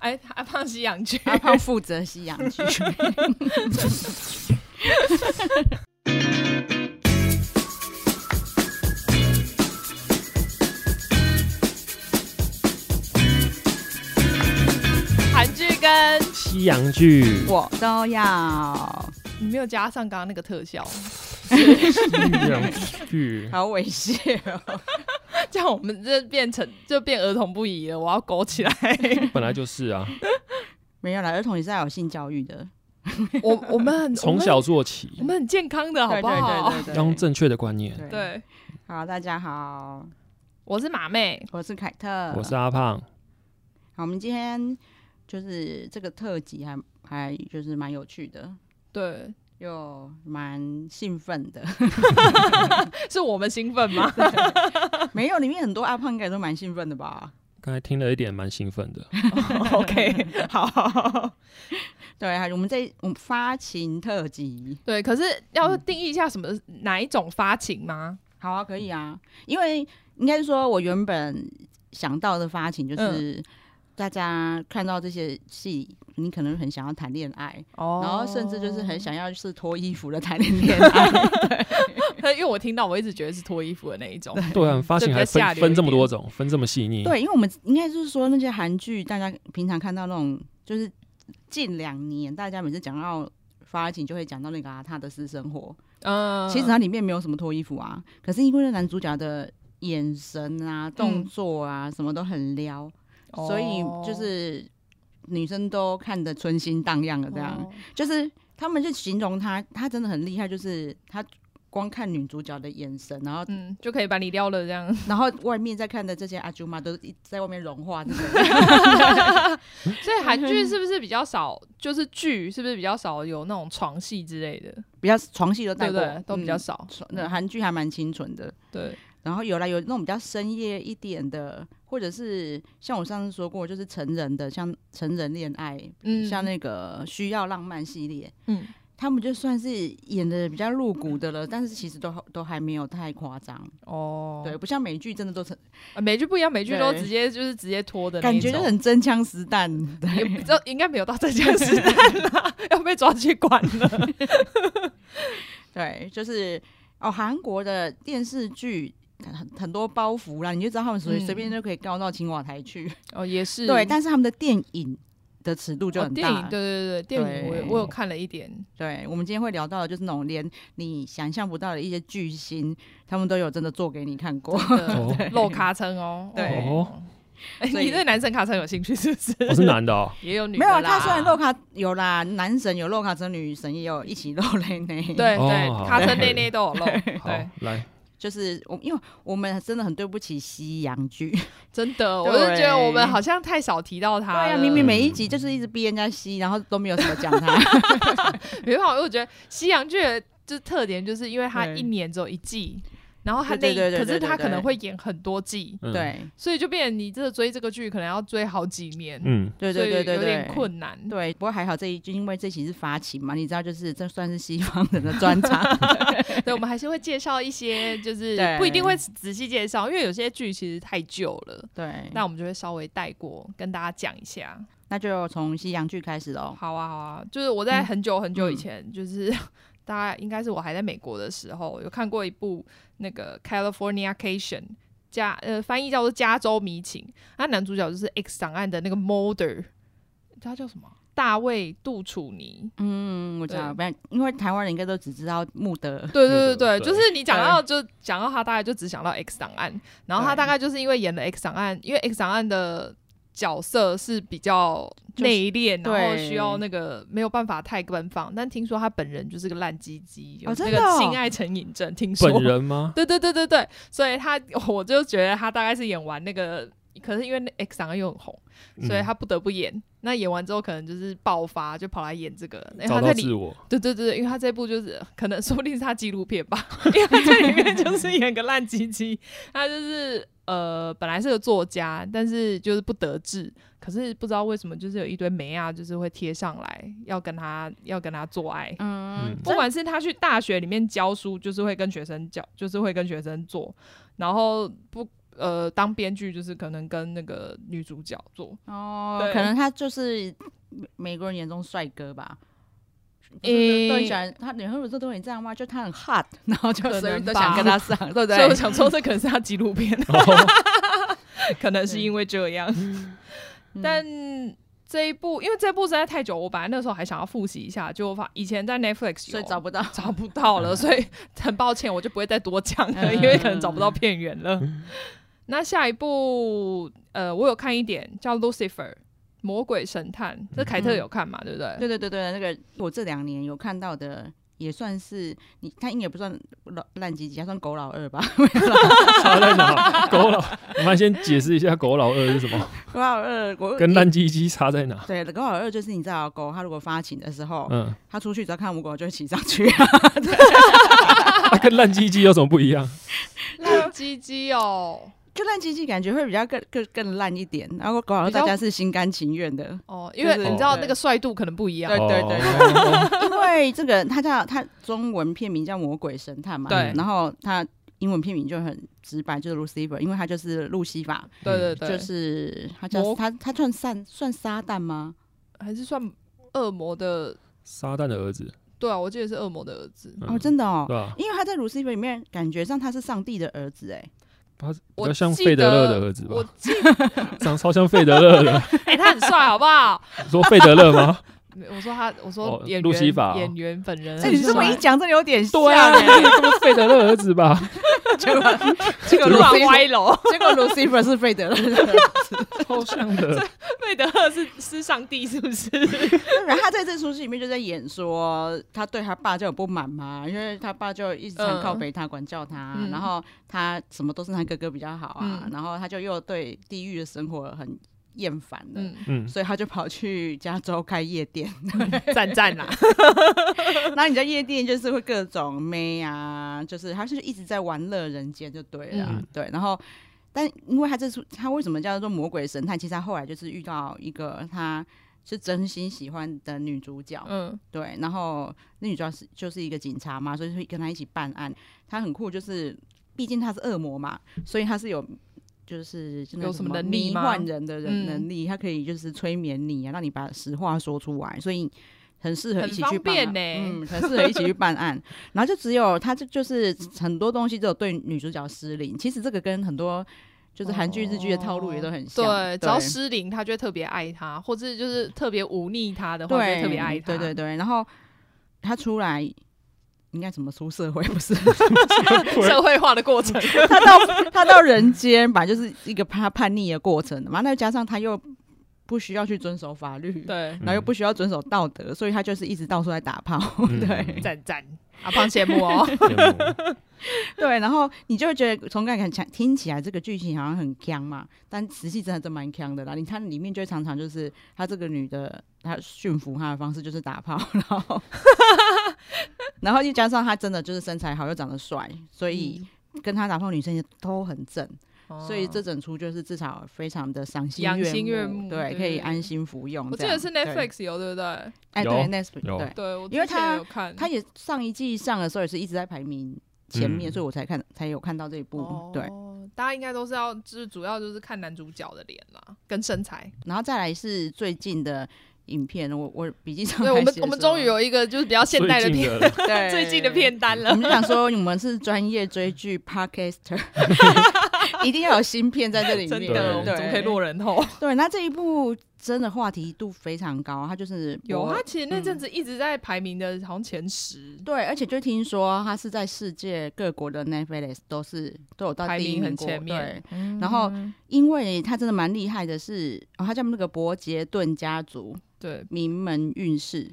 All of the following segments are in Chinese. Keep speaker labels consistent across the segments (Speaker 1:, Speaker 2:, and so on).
Speaker 1: 哎，阿胖西洋剧，
Speaker 2: 阿胖负责西洋 剧。
Speaker 1: 韩剧跟
Speaker 3: 西洋剧，
Speaker 2: 我都要，
Speaker 1: 你没有加上刚刚那个特效，
Speaker 3: 西洋剧，
Speaker 2: 好猥亵哦！
Speaker 1: 这样我们这变成就变儿童不宜了，我要勾起来。
Speaker 3: 本来就是啊，
Speaker 2: 没有啦，儿童也是要有性教育的，
Speaker 1: 我我们很
Speaker 3: 从小做起
Speaker 1: 我们，我们很健康
Speaker 3: 哦
Speaker 1: 的好不好？
Speaker 2: 对对对对对，
Speaker 3: 要用正确的观念。
Speaker 2: 对
Speaker 1: 对，
Speaker 2: 好，大家好，
Speaker 1: 我是马妹，
Speaker 2: 我是凯特，
Speaker 3: 我是阿胖，
Speaker 2: 好，我们今天就是这个特辑还还就是蛮有趣的，
Speaker 1: 对，
Speaker 2: 又蛮兴奋 的。
Speaker 1: 是我们兴奋吗？
Speaker 2: 没有，里面很多阿胖应该都蛮兴奋的 吧？
Speaker 3: 刚才听了一点蛮兴奋的，
Speaker 1: OK，好，
Speaker 2: 对，还有我们这一我们发情特辑，
Speaker 1: 对，可是要定义一下什么、哪一种发情吗？
Speaker 2: 好啊，可以啊，因为应该是说我原本想到的发情
Speaker 1: 嗯
Speaker 2: 就是。大家看到这些戏，你可能很想要谈恋爱，
Speaker 1: 哦
Speaker 2: 然后甚至 就是很，想要是脱衣服的谈恋爱。
Speaker 1: 因为我听到我一直觉得是脱衣服的那一种，
Speaker 3: 对啊，发
Speaker 1: 这
Speaker 3: 型
Speaker 1: 比
Speaker 3: 还
Speaker 1: 较下
Speaker 3: 分
Speaker 1: 流一
Speaker 3: 分这么多
Speaker 1: 点
Speaker 3: 种，分这么细腻，
Speaker 2: 对，因为我们应该就是说那些韩剧，大家平常看到那种，就是近两年大家每次讲到发情，就会讲到那个啊他的私生活。
Speaker 1: 嗯，
Speaker 2: 其实它里面没有什么脱衣服啊，可是因为那男主角的眼神
Speaker 1: 嗯
Speaker 2: 啊、动作啊，什么都很撩，
Speaker 1: 哦
Speaker 2: 所以就是女生都看得春心荡漾的这样。
Speaker 1: 哦
Speaker 2: 就是他们就形容他，他真的很厉害，就是他。光看女主角的眼神，然后
Speaker 1: 嗯，就可以把你撩了这样。
Speaker 2: 然后外面在看的这些阿舅妈都一直在外面融化，这种
Speaker 1: 所以韩剧是不是比较少？就是剧是不是比较少有那种床戏之类的，
Speaker 2: 比较床戏都
Speaker 1: 对
Speaker 2: 带
Speaker 1: 不
Speaker 2: 过，
Speaker 1: 对？都比较
Speaker 2: 嗯
Speaker 1: 少。
Speaker 2: 纯那韩剧还蛮清纯的。
Speaker 1: 对，
Speaker 2: 然后有啦，有那种比较深夜一点的，或者是像我上次说过，就是成人的，像成人恋爱，
Speaker 1: 嗯，
Speaker 2: 像那个需要浪漫系列，
Speaker 1: 嗯，
Speaker 2: 他们就算是演的比较露骨的了，但是其实都都还没有太夸张，
Speaker 1: 哦，
Speaker 2: 对，不像美剧真的都成
Speaker 1: 啊，美剧不一样，美剧都
Speaker 2: 对
Speaker 1: 直接就是直接拖的那
Speaker 2: 感
Speaker 1: 一
Speaker 2: 觉就
Speaker 1: 种
Speaker 2: 很真枪实弹，对
Speaker 1: 也不知道应该没有到这件事，要被抓去管了。
Speaker 2: 对，就是哦，韩国的电视剧。很很多包袱啦，你就知道他们随
Speaker 1: 嗯
Speaker 2: 随便就可以告到青瓦台去。
Speaker 1: 哦，也是
Speaker 2: 对，但是他们的电影的尺度就
Speaker 1: 哦
Speaker 2: 很大。
Speaker 1: 电影，对对对，电影我有
Speaker 2: 对
Speaker 1: 我有看了一点，
Speaker 2: 对，我们今天会聊到的就是那种连你想象不到的一些巨星，他们都有真的做给你看过。
Speaker 3: 哦
Speaker 1: 对露卡称哦，
Speaker 2: 对
Speaker 1: 哦。哎，
Speaker 2: 所以
Speaker 1: 你对男生卡称有兴趣是不是？
Speaker 3: 我是男的哦，
Speaker 1: 也有女的
Speaker 2: 没有，啊
Speaker 1: 啦，
Speaker 2: 他虽然露卡有啦，男神有露卡真女神也有一起露嘞呢。，
Speaker 1: 对
Speaker 3: 哦
Speaker 1: 对，卡称
Speaker 3: 好
Speaker 1: 内内都有露，
Speaker 3: 好
Speaker 1: 对，
Speaker 3: 来，
Speaker 2: 就是我，因为我们真的很对不起西洋剧。
Speaker 1: 真的，我
Speaker 2: 对
Speaker 1: 就觉得我们好像太少提到他了。
Speaker 2: 啊对呀、明明每一集就是一直逼人家西，然后都没有怎么讲他。
Speaker 1: 没办法，因为我觉得西洋剧的就是特点，就是因为它
Speaker 2: 对
Speaker 1: 一年只有一季，然后它那
Speaker 2: 对对对对
Speaker 1: 可是
Speaker 2: 对
Speaker 1: 它
Speaker 2: 对
Speaker 1: 可能会演很多季，
Speaker 3: 嗯，
Speaker 2: 对，
Speaker 1: 所以就变成你这个追这个剧可能要追好几年，
Speaker 3: 嗯，
Speaker 2: 对
Speaker 1: 所以
Speaker 2: 对对对对，
Speaker 1: 有点。困难。
Speaker 2: 对，不过还好这一，因为这期是发情嘛，你知道，就是这算是西方人的专 场。
Speaker 1: 对，我们还是会介绍一些，就是
Speaker 2: 对
Speaker 1: 不一定会仔细介绍，因为有些剧其实太旧了，
Speaker 2: 对，
Speaker 1: 那我们就会稍微带过，跟大家讲一下。
Speaker 2: 那就从西洋剧开始喽。
Speaker 1: 好啊，好啊，就是我在很久很久以前，就是 大概应该是我还在美国的时候，有看过一部那个《California Cation》。加呃，翻译叫做《加州迷情》，那男主角就是《X 档案》的那个 Mulder，他叫什么？啊大卫·杜楚尼。
Speaker 2: 嗯，我知道，不然因为台湾人应该都只知道穆德，
Speaker 1: 对对对对，
Speaker 3: 对
Speaker 1: 就是你讲到就讲到他，大概就只想到 X 档案，然后他
Speaker 2: 对
Speaker 1: 大概就是因为演了 X 档案，因为 X 档案的角色是比较内敛，
Speaker 2: 就是
Speaker 1: 然后
Speaker 2: 对
Speaker 1: 需要那个没有办法太奔放，但听说他本人就是个烂鸡鸡，有
Speaker 2: 哦
Speaker 1: 那
Speaker 2: 真的
Speaker 1: 个
Speaker 2: 哦
Speaker 1: 性爱成瘾症，听说
Speaker 3: 本。人吗？
Speaker 1: 对对对对对，所以他我就觉得他大概是演完那个，可是因为那 X 档案又很红，所以
Speaker 3: 嗯
Speaker 1: 他不得不演。那演完之后可能就是爆发，就跑来演这个。然后
Speaker 3: 找
Speaker 1: 他在
Speaker 3: 到
Speaker 1: 里
Speaker 3: 自我，
Speaker 1: 对对对，因为他这部就是可能说不定是他纪录片 吧，因为他这里面就是演个烂鸡鸡，他就是呃本来是个作家，但是就是不得志，可是不知道为什么就是有一堆梅啊，就是会贴上来要跟他要跟他做爱。
Speaker 2: 嗯
Speaker 3: 嗯，
Speaker 1: 不管是他去大学里面教书，就是会跟学生教，就是会跟学生做，然后不呃当编剧，就是可能跟那个女主角做，
Speaker 2: 哦
Speaker 1: 对，
Speaker 2: 可能他就是美美国人眼中帅哥吧。不
Speaker 1: 诶
Speaker 2: 是都很喜欢他，女朋友都会这样吗？就他很 hot，然 后就
Speaker 1: 可
Speaker 2: 所以
Speaker 1: 能
Speaker 2: 都
Speaker 1: 吧
Speaker 2: 想跟他上， 对不
Speaker 1: 所以我
Speaker 2: 对？
Speaker 1: 想说这可能是他纪录片， 可能是因为这样。
Speaker 2: 嗯
Speaker 1: 但这一部因为这部实在太久，我本来那时候还想要复习一下，结果发以前在 Netflix 有
Speaker 2: 所以找不到。
Speaker 1: 找不到 了，所以很抱歉，我就不会再多讲了，
Speaker 2: 嗯
Speaker 1: 因为可能找不到片源了。那下一部，呃，我有看一点叫《Lucifer》魔鬼神探，这凯特有看嘛？对不对？
Speaker 2: 对对对对，那个我这两年有看到的，也算是你，他应该也不算老烂几集，他算狗老二吧？
Speaker 3: 差在哪？狗老，我们先解释一下狗老二是什么，
Speaker 2: 狗老二，我
Speaker 3: 跟烂鸡鸡差在哪？
Speaker 2: 对狗老二就是你知道，狗它如果发情的时候，
Speaker 3: 嗯，
Speaker 2: 它出去只要看母狗就会骑上去啊。
Speaker 3: 它跟烂鸡鸡有什么不一样？
Speaker 1: 烂鸡鸡哦，
Speaker 2: 就烂唧唧，感觉会比较更更更烂一点，然后狗老二
Speaker 1: 比较
Speaker 2: 大家是心甘情愿的。
Speaker 1: 哦，因为
Speaker 2: 就是
Speaker 1: 你知道那个帅度可能不一样
Speaker 2: 对。对
Speaker 3: 哦
Speaker 2: 对因为这个它叫它中文片名叫《魔鬼神探》嘛，
Speaker 1: 对
Speaker 2: 然后它英文片名就很直白，就是 Lucifer，因为它就是路西法，
Speaker 1: 对对对，
Speaker 2: 就是它叫
Speaker 1: 魔
Speaker 2: 它它算散算撒旦吗？
Speaker 1: 还是算恶魔的。
Speaker 3: 撒旦的儿子，
Speaker 1: 对啊，我记得是恶魔的儿子。
Speaker 3: 嗯
Speaker 2: 哦，真的哦
Speaker 3: 对，吧？
Speaker 2: 因为他在 Lucifer 里面感觉上他是上帝的儿子，哎，
Speaker 3: 他比
Speaker 1: 我
Speaker 3: 较像
Speaker 1: 记
Speaker 3: 费德勒
Speaker 1: 得
Speaker 3: 的儿子吧
Speaker 1: 我？记，
Speaker 3: 长超像费德勒的，
Speaker 1: 哎、他很帅，好不好？
Speaker 3: 你说费德勒 吗？
Speaker 1: 没我说他，我说
Speaker 3: 哦
Speaker 1: 演员、
Speaker 3: 路西法哦
Speaker 1: 演员本人很帅。
Speaker 2: 哎，你这么一讲，这有点像
Speaker 3: 对啊，
Speaker 2: 哎
Speaker 3: 这不是费德勒儿子吧？
Speaker 2: 结果结果
Speaker 1: 突然
Speaker 2: Lucifer
Speaker 1: 歪楼。
Speaker 2: 结果 Lucifer 是费德勒的儿子，
Speaker 3: 超像的，
Speaker 1: 费德勒是是上帝是不是？
Speaker 2: 然后他在这出戏里面就在演说，他对他爸就有不满嘛，因为他爸就一直常靠北他管教他，
Speaker 1: 嗯
Speaker 2: 然后他什么都是他哥哥比较好啊，
Speaker 1: 嗯
Speaker 2: 然后他就又对地狱的生活很厌烦了。
Speaker 1: 嗯，
Speaker 3: 嗯，
Speaker 2: 所以他就跑去加州开夜店，
Speaker 1: 赞赞啦，
Speaker 2: 那你在夜店就是会各种妹啊，就是他就是一直在玩乐人间就对了啊，
Speaker 3: 嗯
Speaker 2: 对，然后。但因为他这出他为什么叫做魔鬼神探？其实他后来就是遇到一个他是真心喜欢的女主角，
Speaker 1: 嗯，
Speaker 2: 对，然后那女主角是就是一个警察嘛，所以会跟她一起办案。她很酷，就是毕竟她是恶魔嘛，所以她是有就是就那
Speaker 1: 有什
Speaker 2: 什
Speaker 1: 么能力
Speaker 2: 迷
Speaker 1: 吗
Speaker 2: 幻人的人
Speaker 1: 嗯
Speaker 2: 能力，她可以就是催眠你啊，让你把实话说出来，所以。很适合
Speaker 1: 很
Speaker 2: 一起
Speaker 1: 方
Speaker 2: 去办
Speaker 1: 便
Speaker 2: 案
Speaker 1: 呢
Speaker 2: 嗯，很适合一起去 办案。然后就只有她就就是很多东西只有对女主角失灵。其实这个跟很多就是韩剧、日剧的套路也都很像。
Speaker 1: 哦对，只要失灵，他就会特别爱他，或者就是特别忤逆他的话，就会
Speaker 2: 嗯对，
Speaker 1: 特别爱他。
Speaker 2: 对对对，然后他出来应该怎么出社会？ 不 是
Speaker 1: 社会化的过程，
Speaker 2: 他到他到人间吧，就是一个他叛逆的过程嘛。那加上他又不需要去遵守法律，，
Speaker 1: 对，
Speaker 2: 然后又不需要遵守道德，所以他就是一直到处在打炮。
Speaker 3: 嗯
Speaker 2: 对
Speaker 1: 赞赞。阿胖羡慕 哦，
Speaker 3: 羡慕
Speaker 2: 对，然后你就会觉得从感感强，听起来这个剧情好像很强嘛，但实际真的真蛮强的啦。你看里面就会常常就是她这个女的，她驯服她的方式就是打炮， 然 后然后又加上她真的就是身材好又长得帅，所以跟她打炮的女生也都很正，
Speaker 1: 嗯
Speaker 2: 所以这整出就是至少非常的赏心
Speaker 1: 养
Speaker 2: 悦
Speaker 1: 心悦目
Speaker 2: 目，对，可以
Speaker 1: 对
Speaker 2: 安心服用
Speaker 1: 哦我
Speaker 2: 这
Speaker 1: 记得
Speaker 2: 样。
Speaker 1: 是
Speaker 2: 对
Speaker 1: Netflix 有对不对？
Speaker 2: 哎，对
Speaker 3: 有
Speaker 2: ，Netflix
Speaker 3: 有
Speaker 2: 对。
Speaker 1: 对，我
Speaker 2: 因为
Speaker 1: 之前
Speaker 2: 他
Speaker 1: 有看，
Speaker 2: 他也上一季上的时候也是一直在排名前面，
Speaker 3: 嗯
Speaker 2: 所以我才看才有看到这一部。
Speaker 1: 哦
Speaker 2: 对，，
Speaker 1: 大家应该都是要，就是主要就是看男主角的脸啦，跟身材。
Speaker 2: 然后再来是最近的影片，我我笔记上
Speaker 1: 对，我
Speaker 2: 还
Speaker 1: 们
Speaker 2: 写
Speaker 1: 我们
Speaker 2: 说
Speaker 1: 终于有一个就是比较现代的
Speaker 3: 最近
Speaker 1: 片，
Speaker 3: 的
Speaker 2: 对
Speaker 1: 最近的， 片单
Speaker 2: 我
Speaker 1: 了。
Speaker 2: 们想说我们是专业追剧 podcaster，一定要有新片在这里面。
Speaker 1: 真的，我们
Speaker 2: 对，
Speaker 1: 怎么可以落人后？
Speaker 2: 对，那这一部真的话题度非常高，它就是
Speaker 1: 有，啊
Speaker 2: 我嗯
Speaker 1: 他其实那阵子一直在排名的，好像前十。
Speaker 2: 对，而且就听说它是在世界各国的 Netflix 都是都有到
Speaker 1: 排
Speaker 2: 第一
Speaker 1: 名很
Speaker 2: 过
Speaker 1: 前面嗯
Speaker 2: 对，然后因为它真的蛮厉害的是，哦，它叫那个伯杰顿家族
Speaker 1: 对
Speaker 2: 名门运势，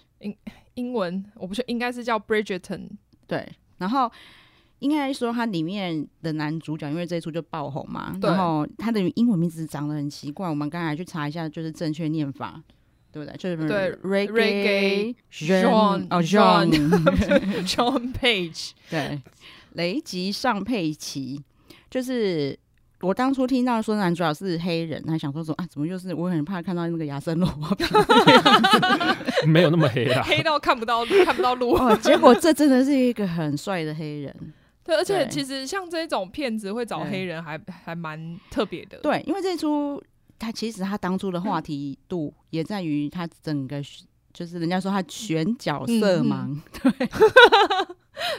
Speaker 1: 英文，我不确应该是叫 Bridgerton，
Speaker 2: 对，然后应该说它里面的男主角，因为这一出就爆红嘛，
Speaker 1: 对
Speaker 2: 然后他的英文名字长得很奇怪，我们刚才去查一下，就是正确念法。对不对？就是
Speaker 1: 对
Speaker 2: reggae
Speaker 1: Jean-
Speaker 2: Jean- 哦
Speaker 1: Jean
Speaker 2: John
Speaker 1: John Page，
Speaker 2: 对雷吉尚佩奇，就是我当初听到说男主角是黑人，还想说说啊，怎么又是我很怕看到那个亚森罗宾
Speaker 3: 没 有那么黑啦，
Speaker 1: 黑到看不到看不到路。
Speaker 2: 哦，结果这真的是一个很帅的黑人，
Speaker 1: 对，而且
Speaker 2: 对
Speaker 1: 其实像这种骗子会找
Speaker 2: 对
Speaker 1: 黑人还还蛮特别的。
Speaker 2: 对，因为这出它其实它当初的话题度也在于它整个选就是人家说它选角色
Speaker 1: 嗯嗯
Speaker 2: 盲，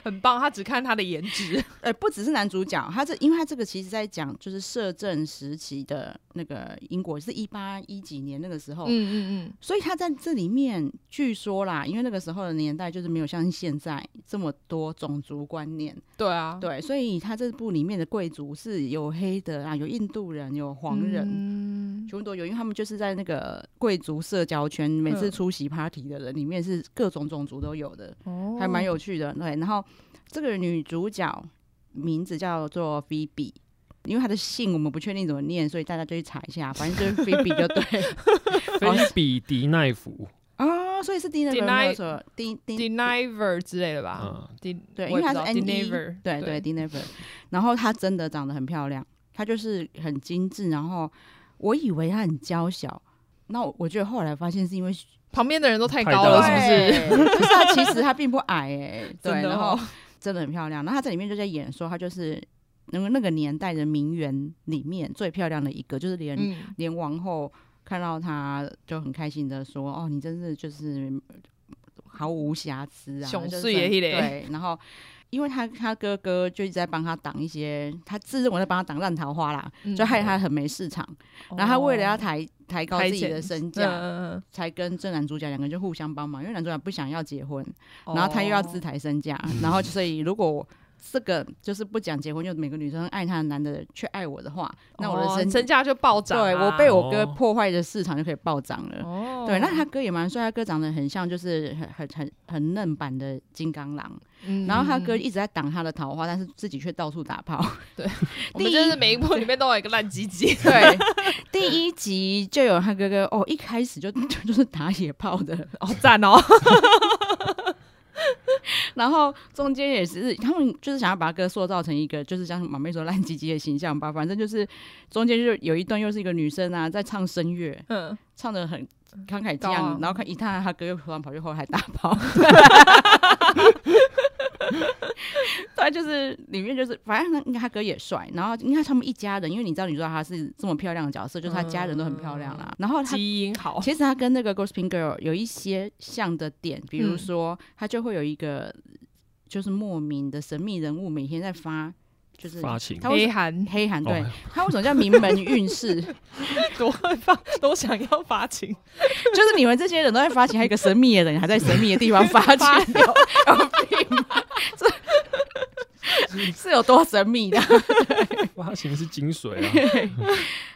Speaker 1: 很棒，他只看他的颜值。
Speaker 2: 呃，不只是男主角，他这因为他这个其实在讲就是摄政时期的那个英国，是一八一几年那个时候，
Speaker 1: 嗯嗯
Speaker 2: 所以他在这里面据说啦，因为那个时候的年代就是没有像现在这么多种族观念，
Speaker 1: 嗯，对啊，
Speaker 2: 对，所以他这部里面的贵族是有黑的啊，有印度人，有黄人。
Speaker 1: 人
Speaker 2: 全部都有，因为他们就是在那个贵族社交圈，每次
Speaker 1: 嗯
Speaker 2: 出席 party 的人里面是各种种族都有的。
Speaker 1: 哦
Speaker 2: 还蛮有趣的。对，然后这个女主角名字叫做 Phoebe，因为她的姓我们不确定怎么念，所以大家就去查一下，反正就是 Phoebe 就对 了
Speaker 3: 菲比迪奈夫，
Speaker 2: 啊、所以是 Dina
Speaker 1: ，Deny-
Speaker 2: 没有错，Din Din
Speaker 1: deniver 之类的吧？
Speaker 3: 嗯，
Speaker 1: 对，
Speaker 2: 对，因为她是 N E，
Speaker 1: deniver，
Speaker 2: 对对 Dina，然后她真的长得很漂亮，她就是很精致，然后我以为她很娇小。那我我觉得后来发现是因为
Speaker 1: 旁边的人都太
Speaker 3: 太
Speaker 1: 高
Speaker 3: 高
Speaker 1: 了，
Speaker 3: 了
Speaker 1: 是不是？
Speaker 2: 不是？就是她其实她并不矮哎、对，
Speaker 1: 真的
Speaker 2: 然后
Speaker 1: 哦，
Speaker 2: 真的很漂亮。那她在里面就在演说，她就是那个那个年代的名媛里面最漂亮的一个，就是连、
Speaker 1: 嗯，
Speaker 2: 连王后看到她就很开心的说：“哦，你真是就是毫无瑕疵啊，
Speaker 1: 熊
Speaker 2: 就是
Speaker 1: 市也
Speaker 2: 很
Speaker 1: 一类
Speaker 2: 对。”然后。因为她她哥哥就一直在帮她挡一些，她自认为在帮她挡烂桃花啦，
Speaker 1: 嗯
Speaker 2: 就害她很没市场。然后她为了要
Speaker 1: 哦
Speaker 2: 抬抬高
Speaker 1: 抬
Speaker 2: 自己
Speaker 1: 钱
Speaker 2: 的身
Speaker 1: 嗯
Speaker 2: 价，
Speaker 1: 嗯
Speaker 2: 才跟正男主角两个人就互相帮忙，因为男主角不想要结婚，
Speaker 1: 嗯
Speaker 2: 然后他又要自
Speaker 1: 哦
Speaker 2: 抬身价，然后所以如果我这个就是不讲结婚，就每个女生爱他的男的却爱我的话，那我的
Speaker 1: 哦
Speaker 2: 身、
Speaker 1: 身价就暴涨啊，
Speaker 2: 对我被我
Speaker 3: 哦
Speaker 2: 哥破坏的市场就可以暴涨了。
Speaker 1: 哦，
Speaker 2: 对，那他哥也蛮帅，他哥长得很像，就是很很很很嫩版的金刚狼。
Speaker 1: 嗯，
Speaker 2: 然后他哥
Speaker 1: 嗯，嗯
Speaker 2: 一直在挡他的桃花，但是自己却到处打炮。
Speaker 1: 我们就是每一部里面都有一个烂鸡鸡，
Speaker 2: 对， 第一集就有他哥哥哦，一开始就就就是打野炮的，
Speaker 1: 好赞哦，
Speaker 2: 然后中间也是，他们就是想要把哥塑造成一个，就是像马妹说烂唧唧的形象吧。反正就是中间就有一段又是一个女生啊，在唱声乐，
Speaker 1: 嗯，
Speaker 2: 唱的很慷慨激
Speaker 1: 高
Speaker 2: 昂，
Speaker 1: 昂
Speaker 2: 然后看一看他哥又突然跑去后台打 炮。对，就是里面就是，反正他他哥也帅，然后你看他们一家人，因为你知道，你知道他是这么漂亮的角色，就是他家人都很漂亮啦。
Speaker 1: 嗯
Speaker 2: 然后他
Speaker 1: 基因好，
Speaker 2: 其实他跟那个 Gossiping Girl 有一些像的点，比如
Speaker 1: 嗯
Speaker 2: 说他就会有一个就是莫名的神秘人物每天在发，就是
Speaker 3: 发情
Speaker 2: 他
Speaker 1: 黑
Speaker 2: 为
Speaker 1: 韩
Speaker 2: 黑韩对
Speaker 3: 哦，
Speaker 2: 他为什么叫名门运势？
Speaker 1: 多发都想要发情，
Speaker 2: 就是你们这些人都在发情，还有一个神秘的人还在神秘的地方发情，有有病吗？ 这是有多神秘的？
Speaker 3: 发情是精髓 啊，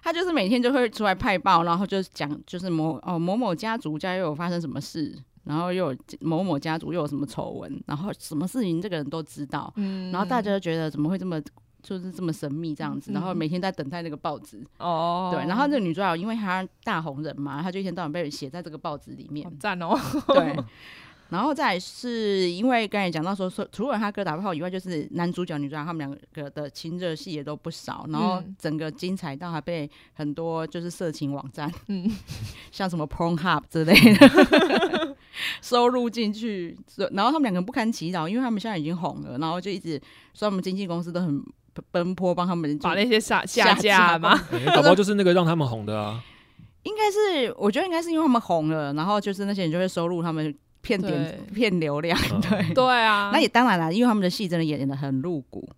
Speaker 2: 他就是每天就会出来派报，然后就讲就是某哦某某家族家又有发生什么事，然后又有某某家族又有什么丑闻，然后什么事情这个人都知道，
Speaker 1: 嗯，
Speaker 2: 然后大家就觉得怎么会这么。就是这么神秘这样子，
Speaker 1: 嗯
Speaker 2: 然后每天在等待那个报纸，
Speaker 1: 哦，
Speaker 2: 对，然后那个女主角因为她大红人嘛，她就一天到晚被写在这个报纸里面
Speaker 1: 好，赞哦，
Speaker 2: 对。然后再来是因为刚才讲到说说，除了他哥打炮以外，就是男主角、女主角他们两个的亲热戏也都不少，然后
Speaker 1: 嗯
Speaker 2: 整个精彩到还被很多就是色情网站，
Speaker 1: 嗯，
Speaker 2: 像什么 Pornhub 之类的 收录进去，所然后他们两个不堪其扰，因为他们现在已经红了，然后就一直说他们经纪公司都很奔奔波帮他们就
Speaker 1: 把那些下
Speaker 2: 下
Speaker 1: 下架
Speaker 2: 架
Speaker 1: 吗？
Speaker 3: 哎搞不好就是那个让他们红的啊，
Speaker 2: 应该是，我觉得应该是因为他们红了，然后就是那些人就会收入他们骗点
Speaker 1: 对
Speaker 2: 骗流量，
Speaker 3: 嗯
Speaker 2: 对。
Speaker 1: 对啊，
Speaker 2: 那也当然了，因为他们的戏真的演的很露骨，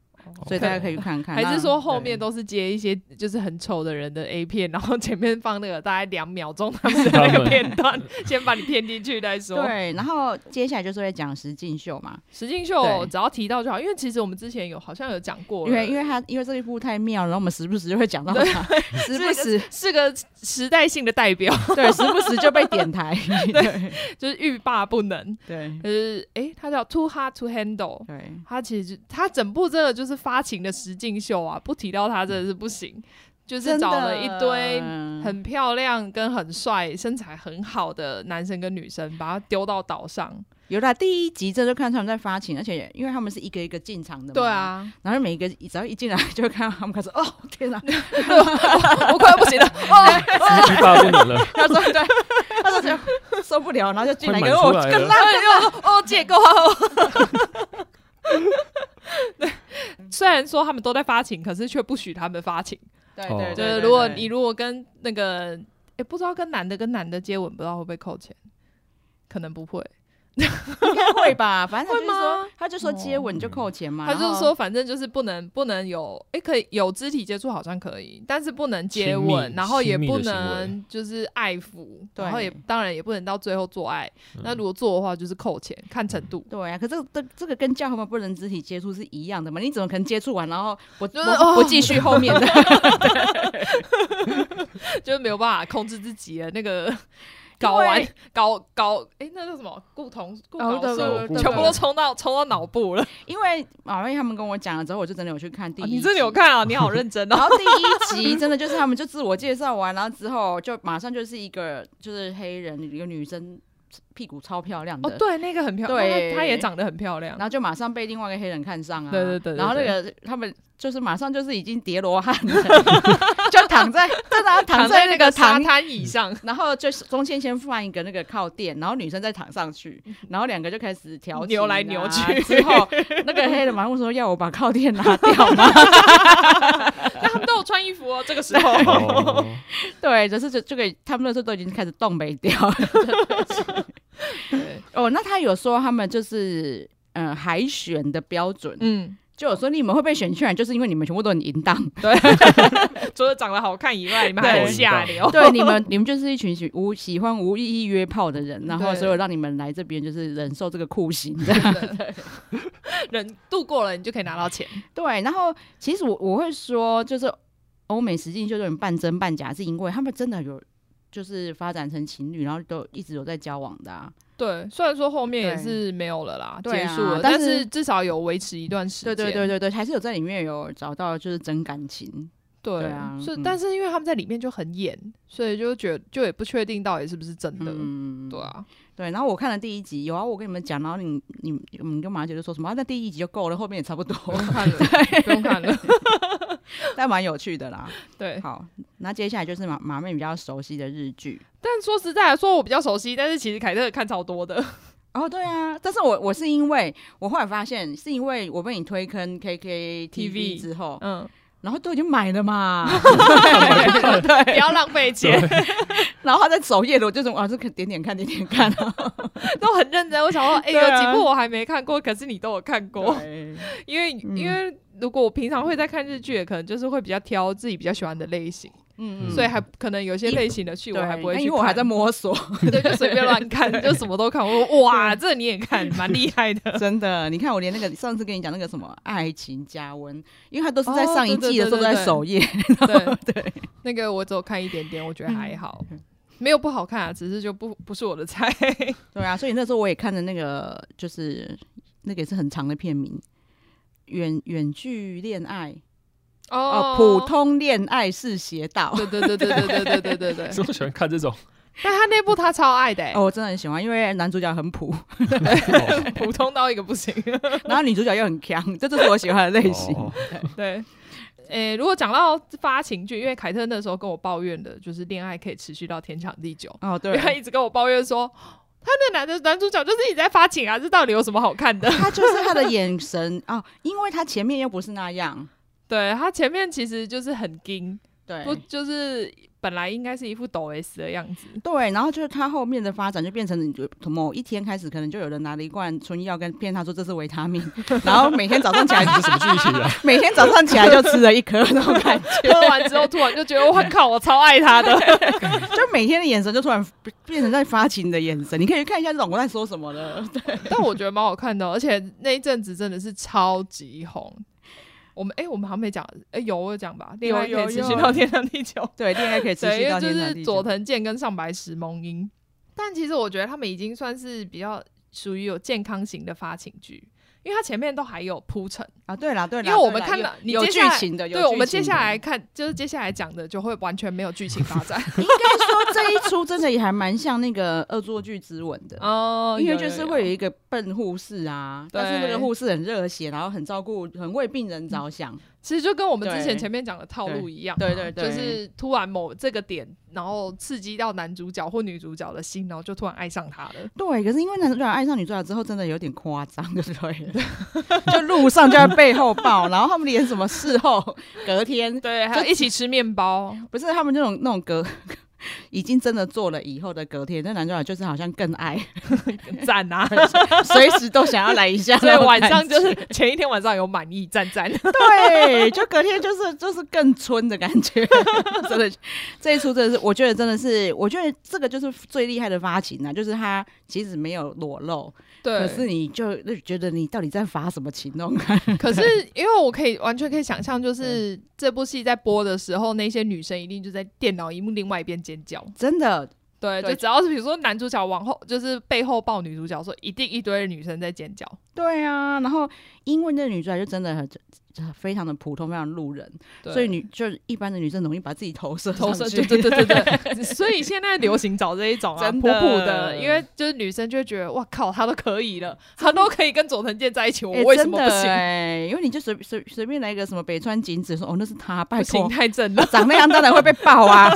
Speaker 2: 所以大家可以去看看。
Speaker 1: 还
Speaker 2: 那
Speaker 1: 是说后面都是接一些就是很丑的人的 A 片，然后前面放那个大概两秒钟他们的那个片段，先把你骗进去再说。
Speaker 2: 对？然后接下来就是会讲石进秀嘛，
Speaker 1: 石进秀
Speaker 2: 对
Speaker 1: 只要提到就好，因为其实我们之前有好像有讲过
Speaker 2: 因
Speaker 1: 了，
Speaker 2: 为因为他因为这一部太妙了，然后我们时不时就会讲到他， 时不时
Speaker 1: 是个时代性的代表，
Speaker 2: 对，时不时就被点台，对
Speaker 1: 就是欲罢不能。
Speaker 2: 对
Speaker 1: 就是诶，他叫 Too Hard to Handle。
Speaker 2: 对。
Speaker 1: 他其实他整部真的就是发情的石进秀啊，不提到他真的是不行，就是
Speaker 2: 真
Speaker 1: 找
Speaker 2: 的
Speaker 1: 了一堆很漂亮跟很帅、身材很好的男生跟女生，把他丢到岛上。
Speaker 2: 有啦，第一集这就看出他们在发情，而且因为他们是一个一个进场的嘛，
Speaker 1: 对，啊，
Speaker 2: 然后每一个只要一进来就会看到他们开始，哦天哪，
Speaker 1: 我快要不行了。 哦，
Speaker 3: 欲罢 不能了，
Speaker 2: 他说对，他说就受不了，然后就进来
Speaker 3: 快
Speaker 2: 给
Speaker 3: 满
Speaker 2: 我
Speaker 3: 出来
Speaker 2: 更
Speaker 1: 哦
Speaker 3: 了
Speaker 2: 烂，
Speaker 1: 哦，借够了。虽然说他们都在发情，可是却不许他们发情。
Speaker 2: 对
Speaker 3: 哦
Speaker 2: 对，对
Speaker 1: 就是如果你如果跟那个，也不知道跟男的跟男的接吻，不知道会不会扣钱，可能不会。
Speaker 2: 应该会吧，反正他就
Speaker 1: 会
Speaker 2: 是
Speaker 1: 吗
Speaker 2: 说，他就说接
Speaker 1: 哦
Speaker 2: 吻就扣钱嘛，
Speaker 1: 他就
Speaker 2: 然
Speaker 1: 是
Speaker 2: 后
Speaker 1: 说，反正就是不能不能有，诶、可以有肢体接触好像可以，但是不能接
Speaker 3: 亲密
Speaker 1: 吻，然后也
Speaker 3: 亲密的
Speaker 1: 不
Speaker 3: 行
Speaker 1: 能就是爱抚，
Speaker 2: 对
Speaker 1: 然后也当然也不能到最后做爱。
Speaker 3: 嗯
Speaker 1: 那如果做的话，就是扣钱，看程度。
Speaker 2: 对啊，可这个这这个跟叫他们不能肢体接触是一样的嘛？你怎么可能接触完然后我
Speaker 1: 就是
Speaker 2: 我
Speaker 1: 哦
Speaker 2: 我继续后面 的？
Speaker 1: 就是没有办法控制自己的那 个睾丸、睾睾，哎、那叫什么？固酮、固
Speaker 2: 哦
Speaker 1: 睾素，
Speaker 3: 对对对
Speaker 1: 全部都冲到冲到脑部了。
Speaker 2: 因为马瑞他们跟我讲了之后，我就真的有去看第一
Speaker 1: 哦
Speaker 2: 集，
Speaker 1: 你真的有看啊？你好认真
Speaker 2: 然
Speaker 1: 哦。
Speaker 2: 后第一集真的就是他们就自我介绍完，然后之后就马上就是一个就是黑人一个女生屁股超漂亮
Speaker 1: 哦
Speaker 2: 的，，
Speaker 1: 对，那个很漂亮，
Speaker 2: 对
Speaker 1: 她她也长得很漂亮
Speaker 2: 然。后就马上被另外一个黑人看上啊，
Speaker 1: 对对对对
Speaker 2: 然后那个他们就是马上就是已经叠罗汉了， 就躺在真的啊躺在那个
Speaker 1: 沙
Speaker 2: 躺。
Speaker 1: 滩椅 上，
Speaker 2: 然后就是中间先放一个那个靠垫，然后女生再躺上去， 然后两个就开始调情啊
Speaker 1: 扭来扭去
Speaker 2: 之后那个黑人马上说要我把靠垫拿掉吗？
Speaker 1: 那他们都有穿衣服哦。这个时候，
Speaker 3: 哦，
Speaker 2: 对，就是就就给他们那时候都已经开始动没掉了。
Speaker 1: 对
Speaker 2: 哦，那他有说他们就是嗯、呃海选的标准，
Speaker 1: 嗯，
Speaker 2: 就有说你们会被选去来，就是因为你们全部都很淫荡，
Speaker 1: 除了长得好看以外，你们还
Speaker 2: 对
Speaker 1: 很下流。
Speaker 2: 对，你们你们就是一群喜无喜欢无意义约炮的人，然后
Speaker 1: 对
Speaker 2: 所以让你们来这边就是忍受这个酷刑。
Speaker 1: 对人度过了，你就可以拿到钱。
Speaker 2: 对，然后其实我我会说，就是欧美实境秀这种半真半假，是因为他们真的有就是发展成情侣，然后都一直有在交往的、啊。
Speaker 1: 对，虽然说后面也
Speaker 2: 对
Speaker 1: 是没有了啦，
Speaker 2: 对
Speaker 1: 结
Speaker 2: 啊
Speaker 1: 束了，
Speaker 2: 但
Speaker 1: 但
Speaker 2: 是
Speaker 1: 是至少有维持一段时
Speaker 2: 对
Speaker 1: 间。
Speaker 2: 对对对对，还是有在里面有找到就是真感情。
Speaker 1: 对
Speaker 2: 对啊
Speaker 1: 是、
Speaker 2: 嗯
Speaker 1: 但是因为他们在里面就很演，所以就觉就也不确定到底是不是真的。
Speaker 2: 嗯，
Speaker 1: 对啊，
Speaker 2: 对。然后我看了第一集，有啊，我跟你们讲，然后你你你们跟马姐就说什么、啊，那第一集就够了，后面也差不多，
Speaker 1: 不用看了，不用看 了。
Speaker 2: 但蛮有趣的啦。
Speaker 1: 对，
Speaker 2: 好，那接下来就是马马妹比较熟悉的日剧。
Speaker 1: 但说实在的，说我比较熟悉，但是其实凯特看超多 的。
Speaker 2: 哦，对啊，但是我我是因为我后来发现，是因为我被你推坑 KK
Speaker 1: TV
Speaker 2: TV 之后，
Speaker 1: 嗯，
Speaker 2: 然后都已经买了 嘛，
Speaker 1: 不要浪费钱，
Speaker 2: 然后他在首页的，我就种啊，这可点点看，点点看啊。
Speaker 1: 都很认真。我 想说，哎、
Speaker 2: 对啊
Speaker 1: 有几部我还没看过，可是你都有看过。因为、
Speaker 2: 嗯
Speaker 1: 因为如果我平常会在看日剧，可能就是会比较挑自己比较喜欢的类型，
Speaker 2: 嗯
Speaker 1: 所以还可能有些类型的剧
Speaker 2: 对
Speaker 1: 我还不会去
Speaker 2: 那
Speaker 1: 看，
Speaker 2: 因为我还在摸 索，
Speaker 1: 对，就随便乱看，就什么都看。我说哇，这你也看，蛮厉害的。
Speaker 2: 真的。你看，我连那个上次跟你讲那个什么爱情加温，因为他都是在
Speaker 1: 哦
Speaker 2: 上一
Speaker 1: 对对
Speaker 2: 季的时候
Speaker 1: 对对
Speaker 2: 都
Speaker 1: 对
Speaker 2: 在首页。
Speaker 1: 对
Speaker 2: 对，
Speaker 1: 那个我只有看一点点，我觉得还好，没有不好看啊，只是就不不是我的菜。
Speaker 2: 对啊，所以那时候我也看的那个，就是那个也是很长的片名，《远远距恋爱》哦，普。通恋爱是邪道。
Speaker 1: 对对对对对对对对对对
Speaker 3: 这，么喜欢看 这种，
Speaker 1: 但他那部他超爱的、欸，
Speaker 2: 哦，我真的很喜欢，因为男主角很普，
Speaker 3: 哦
Speaker 1: 普通到一个不行。
Speaker 2: 然后女主角又很强，这就是我喜欢的类型。
Speaker 3: 哦
Speaker 1: 对，诶、如果讲到发情剧，因为凯特那时候跟我抱怨的就是恋爱可以持续到天长地久，
Speaker 2: 哦，
Speaker 1: 因
Speaker 2: 对
Speaker 1: 为，他一直跟我抱怨说，他那男的男主角就是一直在发情啊，这到底有什么好看的？
Speaker 2: 他就是他的眼神 哦，因为他前面又不是那样，
Speaker 1: 对他前面其实就是很惊，
Speaker 2: 对
Speaker 1: 不就是本来应该是一副抖 S 的样 子，
Speaker 2: 对，然后就是他后面的发展就变成，你就某一天开始，可能就有人拿了一罐春药跟骗他说这是维他命， 然后每天早上起来
Speaker 3: 这什么剧情啊？
Speaker 2: 每天早上起来就吃了一颗那种感觉，
Speaker 1: 喝完之后突然就觉得我靠，我超爱他的。
Speaker 2: 就每天的眼神就突然变成在发情的眼神，你可以看一下这种我在说什么了。对
Speaker 1: 但我觉得蛮好看的哦，而且那一阵子真的是超级红。我们哎、我们好像没讲，哎、有我有讲吧？恋
Speaker 2: 有
Speaker 1: 爱可以
Speaker 2: 有
Speaker 1: 持续
Speaker 2: 有
Speaker 1: 到天长地久。
Speaker 2: 对，恋爱可以持
Speaker 1: 对，
Speaker 2: 续
Speaker 1: 因为
Speaker 2: 到
Speaker 1: 就
Speaker 2: 天长
Speaker 1: 是
Speaker 2: 地
Speaker 1: 佐
Speaker 2: 久。
Speaker 1: 藤健跟上白石萌音，但其实我觉得他们已经算是比较属于有健康型的发情剧，因为他前面都还有铺陈。
Speaker 2: 啊，对啦对啦，
Speaker 1: 因为我
Speaker 2: 对
Speaker 1: 们
Speaker 2: 啦
Speaker 1: 看
Speaker 2: 有
Speaker 1: 了你
Speaker 2: 有
Speaker 1: 接
Speaker 2: 剧
Speaker 1: 下来
Speaker 2: 情的，有
Speaker 1: 对，我们
Speaker 2: 剧情
Speaker 1: 接下
Speaker 2: 的
Speaker 1: 来看，就是接下来讲的就会完全没有剧情发展。
Speaker 2: 应该说这一出真的也还蛮像那个《恶作剧之吻》 的。
Speaker 1: 哦
Speaker 2: 因为就是会有一个笨护士啊，
Speaker 1: 对
Speaker 2: 但是那个护士很热血，然后很照顾，很为病人着想。啊
Speaker 1: 其实就跟我们之前
Speaker 2: 对
Speaker 1: 前面讲的套路一样嘛，
Speaker 2: 嗯对对对
Speaker 1: 就是突然某这个点，然后刺激到男主角或女主角的心，然后就突然爱上他了。
Speaker 2: 对，可是因为男主角爱上女主角之后，真的有点夸张，对不 对？就路上就在背后抱，然后他们连什么事后隔天，
Speaker 1: 对，还
Speaker 2: 就
Speaker 1: 有 一起吃面包，
Speaker 2: 不是他们那种那种隔， 已经真的做了以后的隔天，那男主角就是好像更爱，
Speaker 1: 赞啊！
Speaker 2: 随时都想要来一下
Speaker 1: 所
Speaker 2: 那
Speaker 1: 以
Speaker 2: 种
Speaker 1: 晚
Speaker 2: 感觉，
Speaker 1: 上就是前一天晚上有满意，赞赞。
Speaker 2: 对，就隔天就是就是更春的感觉， 真的，这一出真的是，我觉得真的是，我觉得这个就是最厉害的发情啊，就是他其实没有裸露，可
Speaker 1: 对，
Speaker 2: 是你就就觉得你到底在发什么情那种感
Speaker 1: 可 是因为我可以完全可以想象，就是这部戏在播的时候，那些女生一定就在电脑荧幕另外一边尖叫。
Speaker 2: 真的，
Speaker 1: 对，
Speaker 2: 对
Speaker 1: 就只要是比如说男主角往后，就是背后抱女主角说，一定一堆女生在尖叫。
Speaker 2: 对啊。然后因为那女主角就真的很非常的普通，非常路人，
Speaker 1: 对
Speaker 2: 所以女就是一般的女生容易把自己投射
Speaker 1: 投射，
Speaker 2: 上去
Speaker 1: 对对 对对对。所以现在流行找这一种啊，
Speaker 2: 真
Speaker 1: 普
Speaker 2: 的
Speaker 1: 普的，因为就是女生就会觉得，哇靠，她都可以了，她都可以跟佐藤健在一起，我
Speaker 2: 哎
Speaker 1: 为什
Speaker 2: 真
Speaker 1: 么
Speaker 2: 的
Speaker 1: 不行？
Speaker 2: 哎、因为你就随随随便来一个什么北川景子说哦那是他，拜
Speaker 1: 不行，
Speaker 2: 托，
Speaker 1: 太正了，
Speaker 2: 长那样当然会被爆 啊，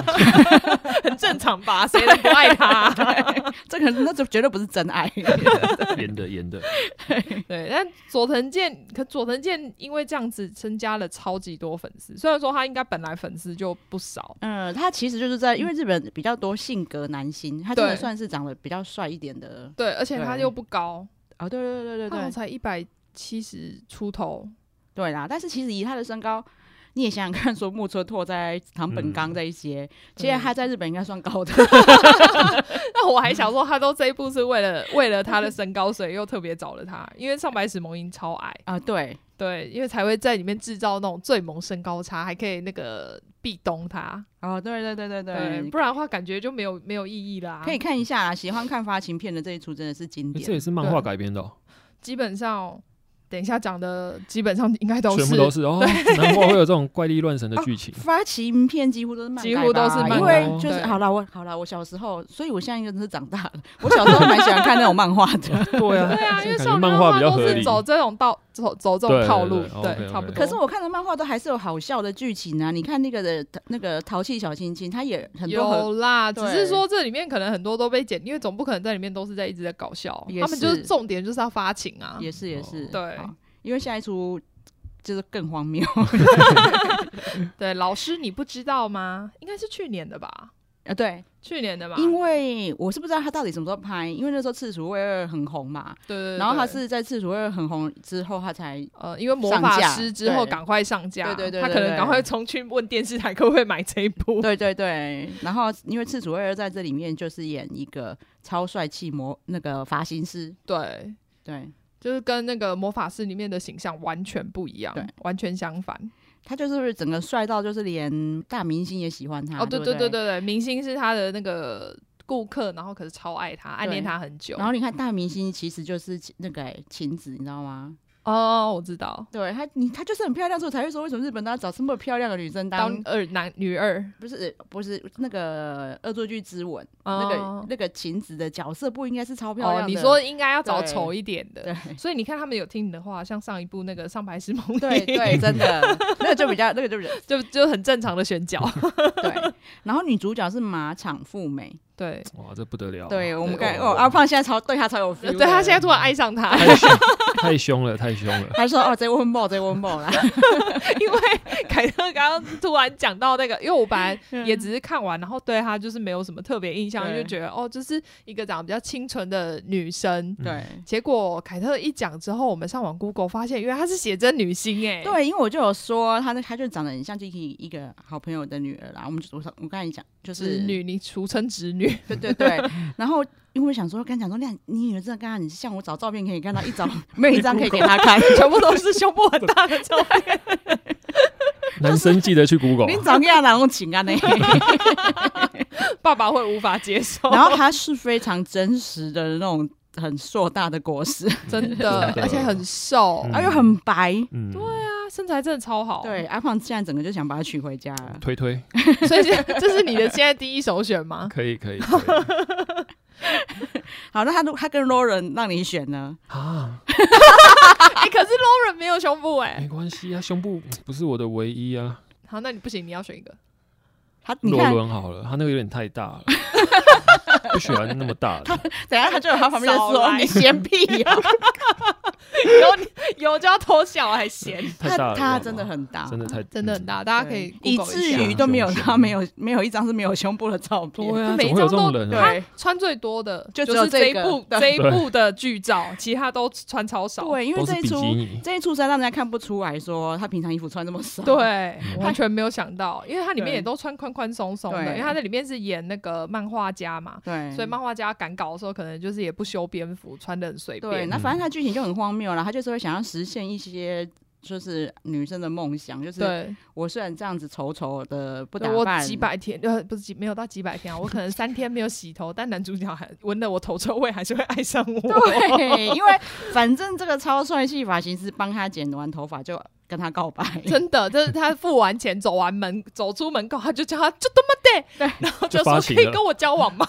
Speaker 1: 很正常吧？谁能不爱她 啊、
Speaker 2: 这个那就绝对不是真爱。
Speaker 3: 啊演的演的，
Speaker 1: 对，但佐藤健，可佐藤健因为这样子增加了超级多粉丝，虽然说他应该本来粉丝就不少，
Speaker 2: 嗯，他其实就是在因为日本比较多性格男星，他真的
Speaker 1: 对
Speaker 2: 算是长得比较帅一点的。
Speaker 1: 对，而且他
Speaker 2: 对
Speaker 1: 又不高，
Speaker 2: 哦，对对对对
Speaker 1: 他好
Speaker 2: 对
Speaker 1: 像
Speaker 2: 对，
Speaker 1: 才一百七十出 头，
Speaker 2: 对啦。但是其实以他的身高，你也想想看，说木村拓哉、唐本刚这一些，其实他在日本应该算高的。
Speaker 1: 那我还想说，他都这一步是为 了为了他的身高，所以又特别找了他，因为上白石萌音超矮，
Speaker 2: 啊，对
Speaker 1: 对，因为才会在里面制造那种最萌身高差，还可以那个壁咚他，
Speaker 2: 哦，对对对对
Speaker 1: 对，
Speaker 2: 对。
Speaker 1: 不然的话感觉就没有没有意义啦、
Speaker 2: 可以看一下啊，喜欢看发情片的这一出真的是经
Speaker 3: 诶这
Speaker 2: 典。
Speaker 3: 也是漫画改编的哦，
Speaker 1: 基本上哦、等一下讲的基本上应该都
Speaker 3: 全部都是哦， 难怪会有这种怪力乱神的剧情。
Speaker 2: 发情片几乎都是漫改吧，
Speaker 1: 几乎都是漫哦
Speaker 3: 改
Speaker 2: 因为就
Speaker 1: 对
Speaker 2: 是好啦，我好啦，我小时候，所以我现在真的是长大了。我小时候蛮喜欢看那种漫画的，
Speaker 3: 对啊，
Speaker 1: 对 啊，因为
Speaker 3: 感觉
Speaker 1: 少女
Speaker 3: 漫画比较
Speaker 1: 都
Speaker 3: 合
Speaker 1: 是
Speaker 3: 理
Speaker 1: 走这种道走走这种
Speaker 3: 对对
Speaker 1: 套
Speaker 3: 对哦
Speaker 1: 路，
Speaker 3: ，OK，OK
Speaker 1: 差不多。
Speaker 2: 可是我看的漫画都还是有好笑的剧情啊！你看那个的那个淘气小亲亲，他也很多
Speaker 1: 有
Speaker 2: 很
Speaker 1: 啦，只
Speaker 2: 对
Speaker 1: 是说这里面可能很多都被剪，因为总不可能在里面都是在一直在搞笑，啊
Speaker 2: 也
Speaker 1: 他们就是
Speaker 2: 是
Speaker 1: 重点就是要发情啊。
Speaker 2: 也是也是、
Speaker 3: 哦
Speaker 1: 对
Speaker 2: 好，因为下一出就是更荒 谬
Speaker 1: 对，老师你不知道吗？应该是去年的吧，
Speaker 2: 啊！对，
Speaker 1: 去年的吧。
Speaker 2: 因为我是不知道他到底什么时候拍，因为那时候《赤鼠卫二》很红嘛，
Speaker 1: 对对对，
Speaker 2: 然后他
Speaker 1: 对
Speaker 2: 是在《赤鼠卫二》很红之后，他才
Speaker 1: 呃，因为魔
Speaker 2: 上
Speaker 1: 法
Speaker 2: 架
Speaker 1: 师之后
Speaker 2: 对
Speaker 1: 赶快上架，
Speaker 2: 对对对
Speaker 1: 他可
Speaker 2: 对
Speaker 1: 能
Speaker 2: 对
Speaker 1: 赶快冲去问电视台可不可以买这一 部。
Speaker 2: 对对对，然后因为《赤鼠卫二》在这里面就是演一个超帅气魔那个发型师，
Speaker 1: 对，
Speaker 2: 对
Speaker 1: 就是跟那个魔法师里面的形象完全不一样
Speaker 2: 对，
Speaker 1: 完全相反。
Speaker 2: 他就是整个帅到就是连大明星也喜欢他，
Speaker 1: 哦，对
Speaker 2: 对不
Speaker 1: 对对
Speaker 2: 对
Speaker 1: 对对，明星是他的那个顾客，然后可是超爱他，暗恋他很久
Speaker 2: 然。后你看大明星其实就是那个欸晴子，你知道吗？
Speaker 1: 哦，我知道，
Speaker 2: 对她，你她就是很漂亮，所以我才会说为什么日本都要找这么漂亮的女生当
Speaker 1: 当二男女二，
Speaker 2: 不是不是那个恶作剧之吻、那
Speaker 1: 哦
Speaker 2: 个那个晴子的角色不应该是超漂亮
Speaker 1: 哦
Speaker 2: 的？，
Speaker 1: 你说应该要找
Speaker 2: 对
Speaker 1: 丑一点的。
Speaker 2: 对
Speaker 1: 所以你看，他们有听你的话，像上一部那个《上白石萌音》
Speaker 2: 对对，真 的那个就比较那个就比较
Speaker 1: 就就很正常的选 角。
Speaker 2: 对。然后女主角是马场富美，
Speaker 1: 对，
Speaker 3: 哇，这不得了啊！
Speaker 2: 对我们
Speaker 1: 对呃
Speaker 2: 刚哦阿胖现在超对她超有 feel，
Speaker 1: 对他现在突然
Speaker 2: 爱。
Speaker 1: 爱上他，
Speaker 3: 太凶， 太凶了，太凶了。
Speaker 2: 他说：“哦，这温饱，这温饱啦。
Speaker 1: 因为凯特刚刚突然讲到那个，因为我本来也 只是嗯看完，然后对他就是没有什么特别印象，
Speaker 2: 对
Speaker 1: 就觉得哦，就是一个长得比较清纯的女生”。
Speaker 2: 对
Speaker 1: 结果凯特一讲之后，我们上网 Google 发现，原来她是写真女星哎、
Speaker 2: 对，因为我就有说她那她就长得很像 j i k i 一个好朋友的女儿啦。我们就我我刚才讲就
Speaker 1: 直
Speaker 2: 是
Speaker 1: 女，你俗称直女，
Speaker 2: 对对对，然后因为我想说，跟他讲说，亮，你女儿真的刚刚你像我找照片可以看到一 张，没有一张可以给她看，
Speaker 1: 全部都是胸部很大的照片。
Speaker 3: 男生记得去 Google
Speaker 2: 你找给她老公 请安呢。
Speaker 1: 爸爸会无法接受，
Speaker 2: 然后她是非常真实的那种很硕大的果实，
Speaker 1: 真的
Speaker 3: 真，的
Speaker 1: 而且很瘦，啊
Speaker 3: 嗯
Speaker 2: 而又很白。
Speaker 3: 嗯，对啊，
Speaker 1: 她身材真的超好，
Speaker 2: 对，， 阿胖现在整个就想把她娶回家了。
Speaker 3: 推推
Speaker 2: 啊
Speaker 1: 所以这这是你的现在第一首选吗？
Speaker 3: 可以可以，可以
Speaker 2: 好，那他如他跟 Lauren 让你选呢？
Speaker 3: 啊，
Speaker 1: 哎，可是 Lauren 没有胸部哎
Speaker 3: 没。关系啊，胸部不是我的唯一啊。
Speaker 1: 好，那你不行，你要选一个。
Speaker 2: 他 你
Speaker 3: 洛
Speaker 2: 看，
Speaker 3: 伦好了，他那个有点 太大了，不喜欢那么大的。
Speaker 2: 等一下他就有他旁边的
Speaker 1: 少
Speaker 2: 说
Speaker 1: 来
Speaker 2: 你嫌屁哦呀、
Speaker 1: 有你 有就要偷笑，还嫌，
Speaker 3: 太大
Speaker 2: 他
Speaker 3: 了，
Speaker 2: 他
Speaker 3: 知道
Speaker 2: 真的
Speaker 3: 吗
Speaker 2: 很大，
Speaker 3: 真的太 嗯
Speaker 1: 真的很。大，大家可以
Speaker 2: 对以
Speaker 1: Google
Speaker 2: 至
Speaker 1: 一下
Speaker 2: 于都没有
Speaker 3: 胸
Speaker 2: 他没有没有一张是没有胸部的照片。
Speaker 3: 对啊，
Speaker 1: 每一
Speaker 3: 怎么会
Speaker 1: 张
Speaker 3: 有这种
Speaker 1: 都
Speaker 3: 人啊？
Speaker 2: 对
Speaker 1: 他穿最多的
Speaker 2: 就只有
Speaker 1: 是这一
Speaker 2: 这个
Speaker 1: 部
Speaker 2: 对
Speaker 1: 这一部的剧照，其他都穿超少。
Speaker 2: 对，因为
Speaker 3: 都是
Speaker 2: 这一
Speaker 3: 比基
Speaker 2: 出
Speaker 3: 尼，
Speaker 2: 这一出实在让人家看不出来说他平常衣服穿那么少。
Speaker 1: 对，
Speaker 3: 嗯
Speaker 1: 完全没有想到，因为它里面
Speaker 2: 对
Speaker 1: 也都穿宽宽松松的，
Speaker 2: 对嗯
Speaker 1: 因为他在里面是演那个漫画家嘛，
Speaker 2: 对，
Speaker 1: 所以漫画家赶稿的时候，可能就是也不修边幅，穿的很随
Speaker 2: 对，
Speaker 1: 便。
Speaker 3: 嗯
Speaker 2: 那反正他剧情就很荒谬啦，他就是会想要实现一些。就是女生的梦想，就是
Speaker 1: 对，
Speaker 2: 我虽然这样子丑丑的不打
Speaker 1: 对我
Speaker 2: 扮，
Speaker 1: 几百天呃不是几没有到几百天啊，我可能三天没有洗头，但男主角还闻了我头臭味，还是会爱上我。
Speaker 2: 对，因 为反正这个超帅系发型师帮他剪完头发就跟他告白，
Speaker 1: 真的，就是他付完钱走完门，走出门口，他就叫他就他妈的， 然后
Speaker 3: 就
Speaker 1: 说
Speaker 3: 发情
Speaker 1: 可以
Speaker 3: 了
Speaker 1: 跟我交往吗？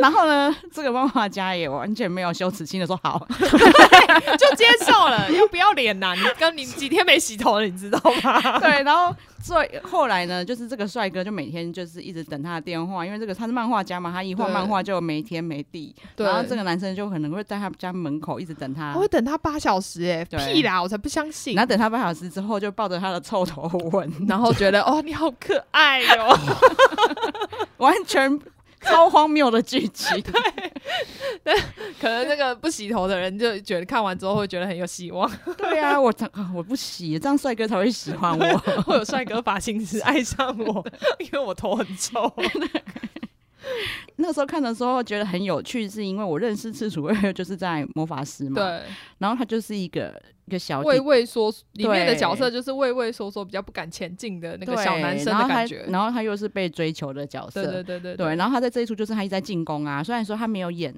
Speaker 2: 然后呢，这个漫画家也完全没有羞耻心的说 好，
Speaker 1: 就接受了， 要不要脸呐、你跟你几天没洗头了，你知道吗？
Speaker 2: 对，然后最后来呢，就是这个帅哥就每天就是一直等他的电话，因为这个他是漫画家嘛，他一画
Speaker 1: 对
Speaker 2: 漫画就没天没地，
Speaker 1: 对
Speaker 2: 然后这个男生就可能会在他家门口一直等他
Speaker 1: 我，会等他八小时、欸，
Speaker 2: 对
Speaker 1: 屁啦，我才不相信
Speaker 2: 然。后等他半小时之后就抱着他的臭头吻，
Speaker 1: 然后 觉得哦，你好可爱哦哟、
Speaker 2: 完全超荒谬的剧情。
Speaker 1: 可能那个不洗头的人就觉得看完之后会觉得很有希 望，
Speaker 2: 对啊，我才啊我不洗，这样帅哥才会喜欢我。
Speaker 1: 会有帅哥发型师爱上 我，因为我头很臭。
Speaker 2: 那时候看的时候觉得很有趣，是因为我认识赤楚卫 就是在魔法师 嘛，，
Speaker 1: 对，然
Speaker 2: 然后他就是一个一个小
Speaker 1: 后
Speaker 2: 弟
Speaker 1: 畏畏缩里面的
Speaker 2: 对
Speaker 1: 角色就是畏畏缩缩，比较不敢前进的那个
Speaker 2: 对
Speaker 1: 小男生
Speaker 2: 然
Speaker 1: 的
Speaker 2: 后他
Speaker 1: 感觉。
Speaker 2: 然后他又是被追求的角色，
Speaker 1: 对对对对
Speaker 2: 对，然后他在这一出就是他一直在进攻啊，虽然说他没有演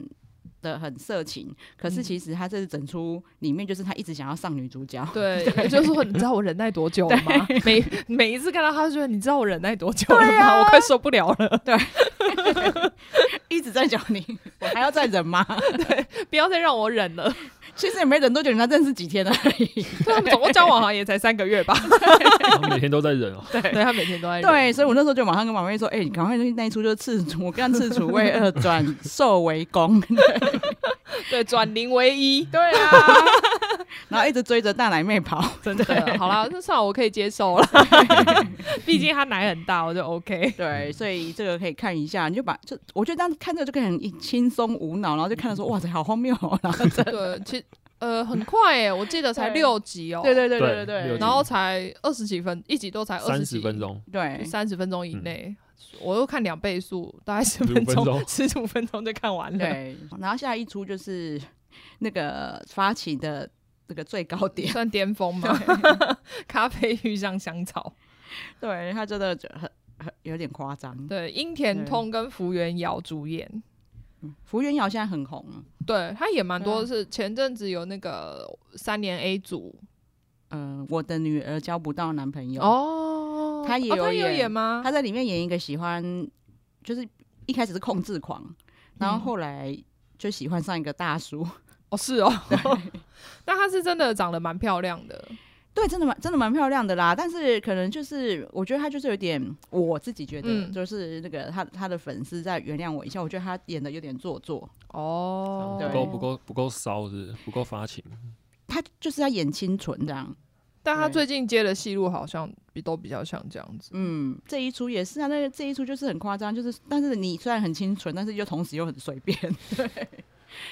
Speaker 2: 的很色情，可是
Speaker 1: 嗯
Speaker 2: 其实他这整出里面就是他一直想要上女主角。
Speaker 1: 对，也就是说，你知道我忍耐多久了 吗？每每一次看到他，就觉得你知道我忍耐多久了吗？
Speaker 2: 对啊
Speaker 1: 我快受不了了，
Speaker 2: 一直在讲你， 我还要再忍吗？
Speaker 1: 不要再让我忍了。
Speaker 2: 其实也没忍多久，人家认识几天而已。
Speaker 1: 对他们 总共交往好像也才三个月吧？
Speaker 3: 他每天都在忍哦。
Speaker 1: 对，他每天都在忍。
Speaker 2: 对，所以我那时候就马上跟马妹说：“哎、你赶快去那一出就是赤楚，我看赤楚为二转 受为攻。
Speaker 1: 对，转零为一”，
Speaker 2: 对 啊，然后一直追着大奶妹跑。
Speaker 1: 真的。啊好啦，那算了，我可以接受了，毕竟他奶很大，我就 OK。
Speaker 2: 对，所以这个可以看一下，你就把就我觉得这样看这个就可以很轻松无脑，然后就看着说：“哇塞，好荒谬、哦！” 然后
Speaker 1: 对，其实呃很快耶，我记得才
Speaker 2: 对
Speaker 1: 六集哦，
Speaker 2: 对对对
Speaker 3: 对
Speaker 2: 对
Speaker 3: 对
Speaker 2: 对
Speaker 3: 对
Speaker 2: 对，
Speaker 1: 然后才二十几分，一集都才二
Speaker 3: 三
Speaker 1: 十
Speaker 3: 十
Speaker 1: 几
Speaker 3: 分钟，
Speaker 2: 对
Speaker 1: 三十分钟以内，我又看两倍速，大概十
Speaker 3: 15
Speaker 1: 分
Speaker 3: 分
Speaker 1: 钟
Speaker 3: 钟，
Speaker 1: 十五分钟就看完了。
Speaker 2: 对，然后下一出就是那个发起的这个最高点，
Speaker 1: 算巅峰吗？咖啡遇上香草，
Speaker 2: 对他真的就很很有点夸张。
Speaker 1: 对，樱田通跟福原遥主演，
Speaker 2: 福原遥现在很红啊，
Speaker 1: 对他也蛮多
Speaker 2: 对啊
Speaker 1: 的是前阵子有那个三年 A 组
Speaker 2: 嗯、我的女儿交不到男朋友，
Speaker 1: 哦
Speaker 2: 他也
Speaker 1: 哦
Speaker 2: 有
Speaker 1: 他也有
Speaker 2: 演
Speaker 1: 演吗？
Speaker 2: 他在里面演一个喜欢，就是一开始是控制狂，然后
Speaker 1: 嗯
Speaker 2: 后来就喜欢上一个大叔。
Speaker 1: 哦是哦， 但他是真的长得蛮漂亮的，
Speaker 2: 对，真的蛮真的蛮漂亮的啦，但是可能就是我觉得他就是有点，我自己觉得、
Speaker 1: 嗯
Speaker 2: 就是那个他他的粉丝在原谅我一下，我觉得他演的有点做作，
Speaker 1: 哦，
Speaker 3: 不够不，够不够骚，是不是不够发情。
Speaker 2: 他就是要演清纯这样。
Speaker 1: 但他
Speaker 2: 对
Speaker 1: 最近接的戏路好像比都比较像这样子，
Speaker 2: 嗯，这一出也是啊，那这一出就是很夸张，就是但是你虽然很清纯，但是又同时又很随便。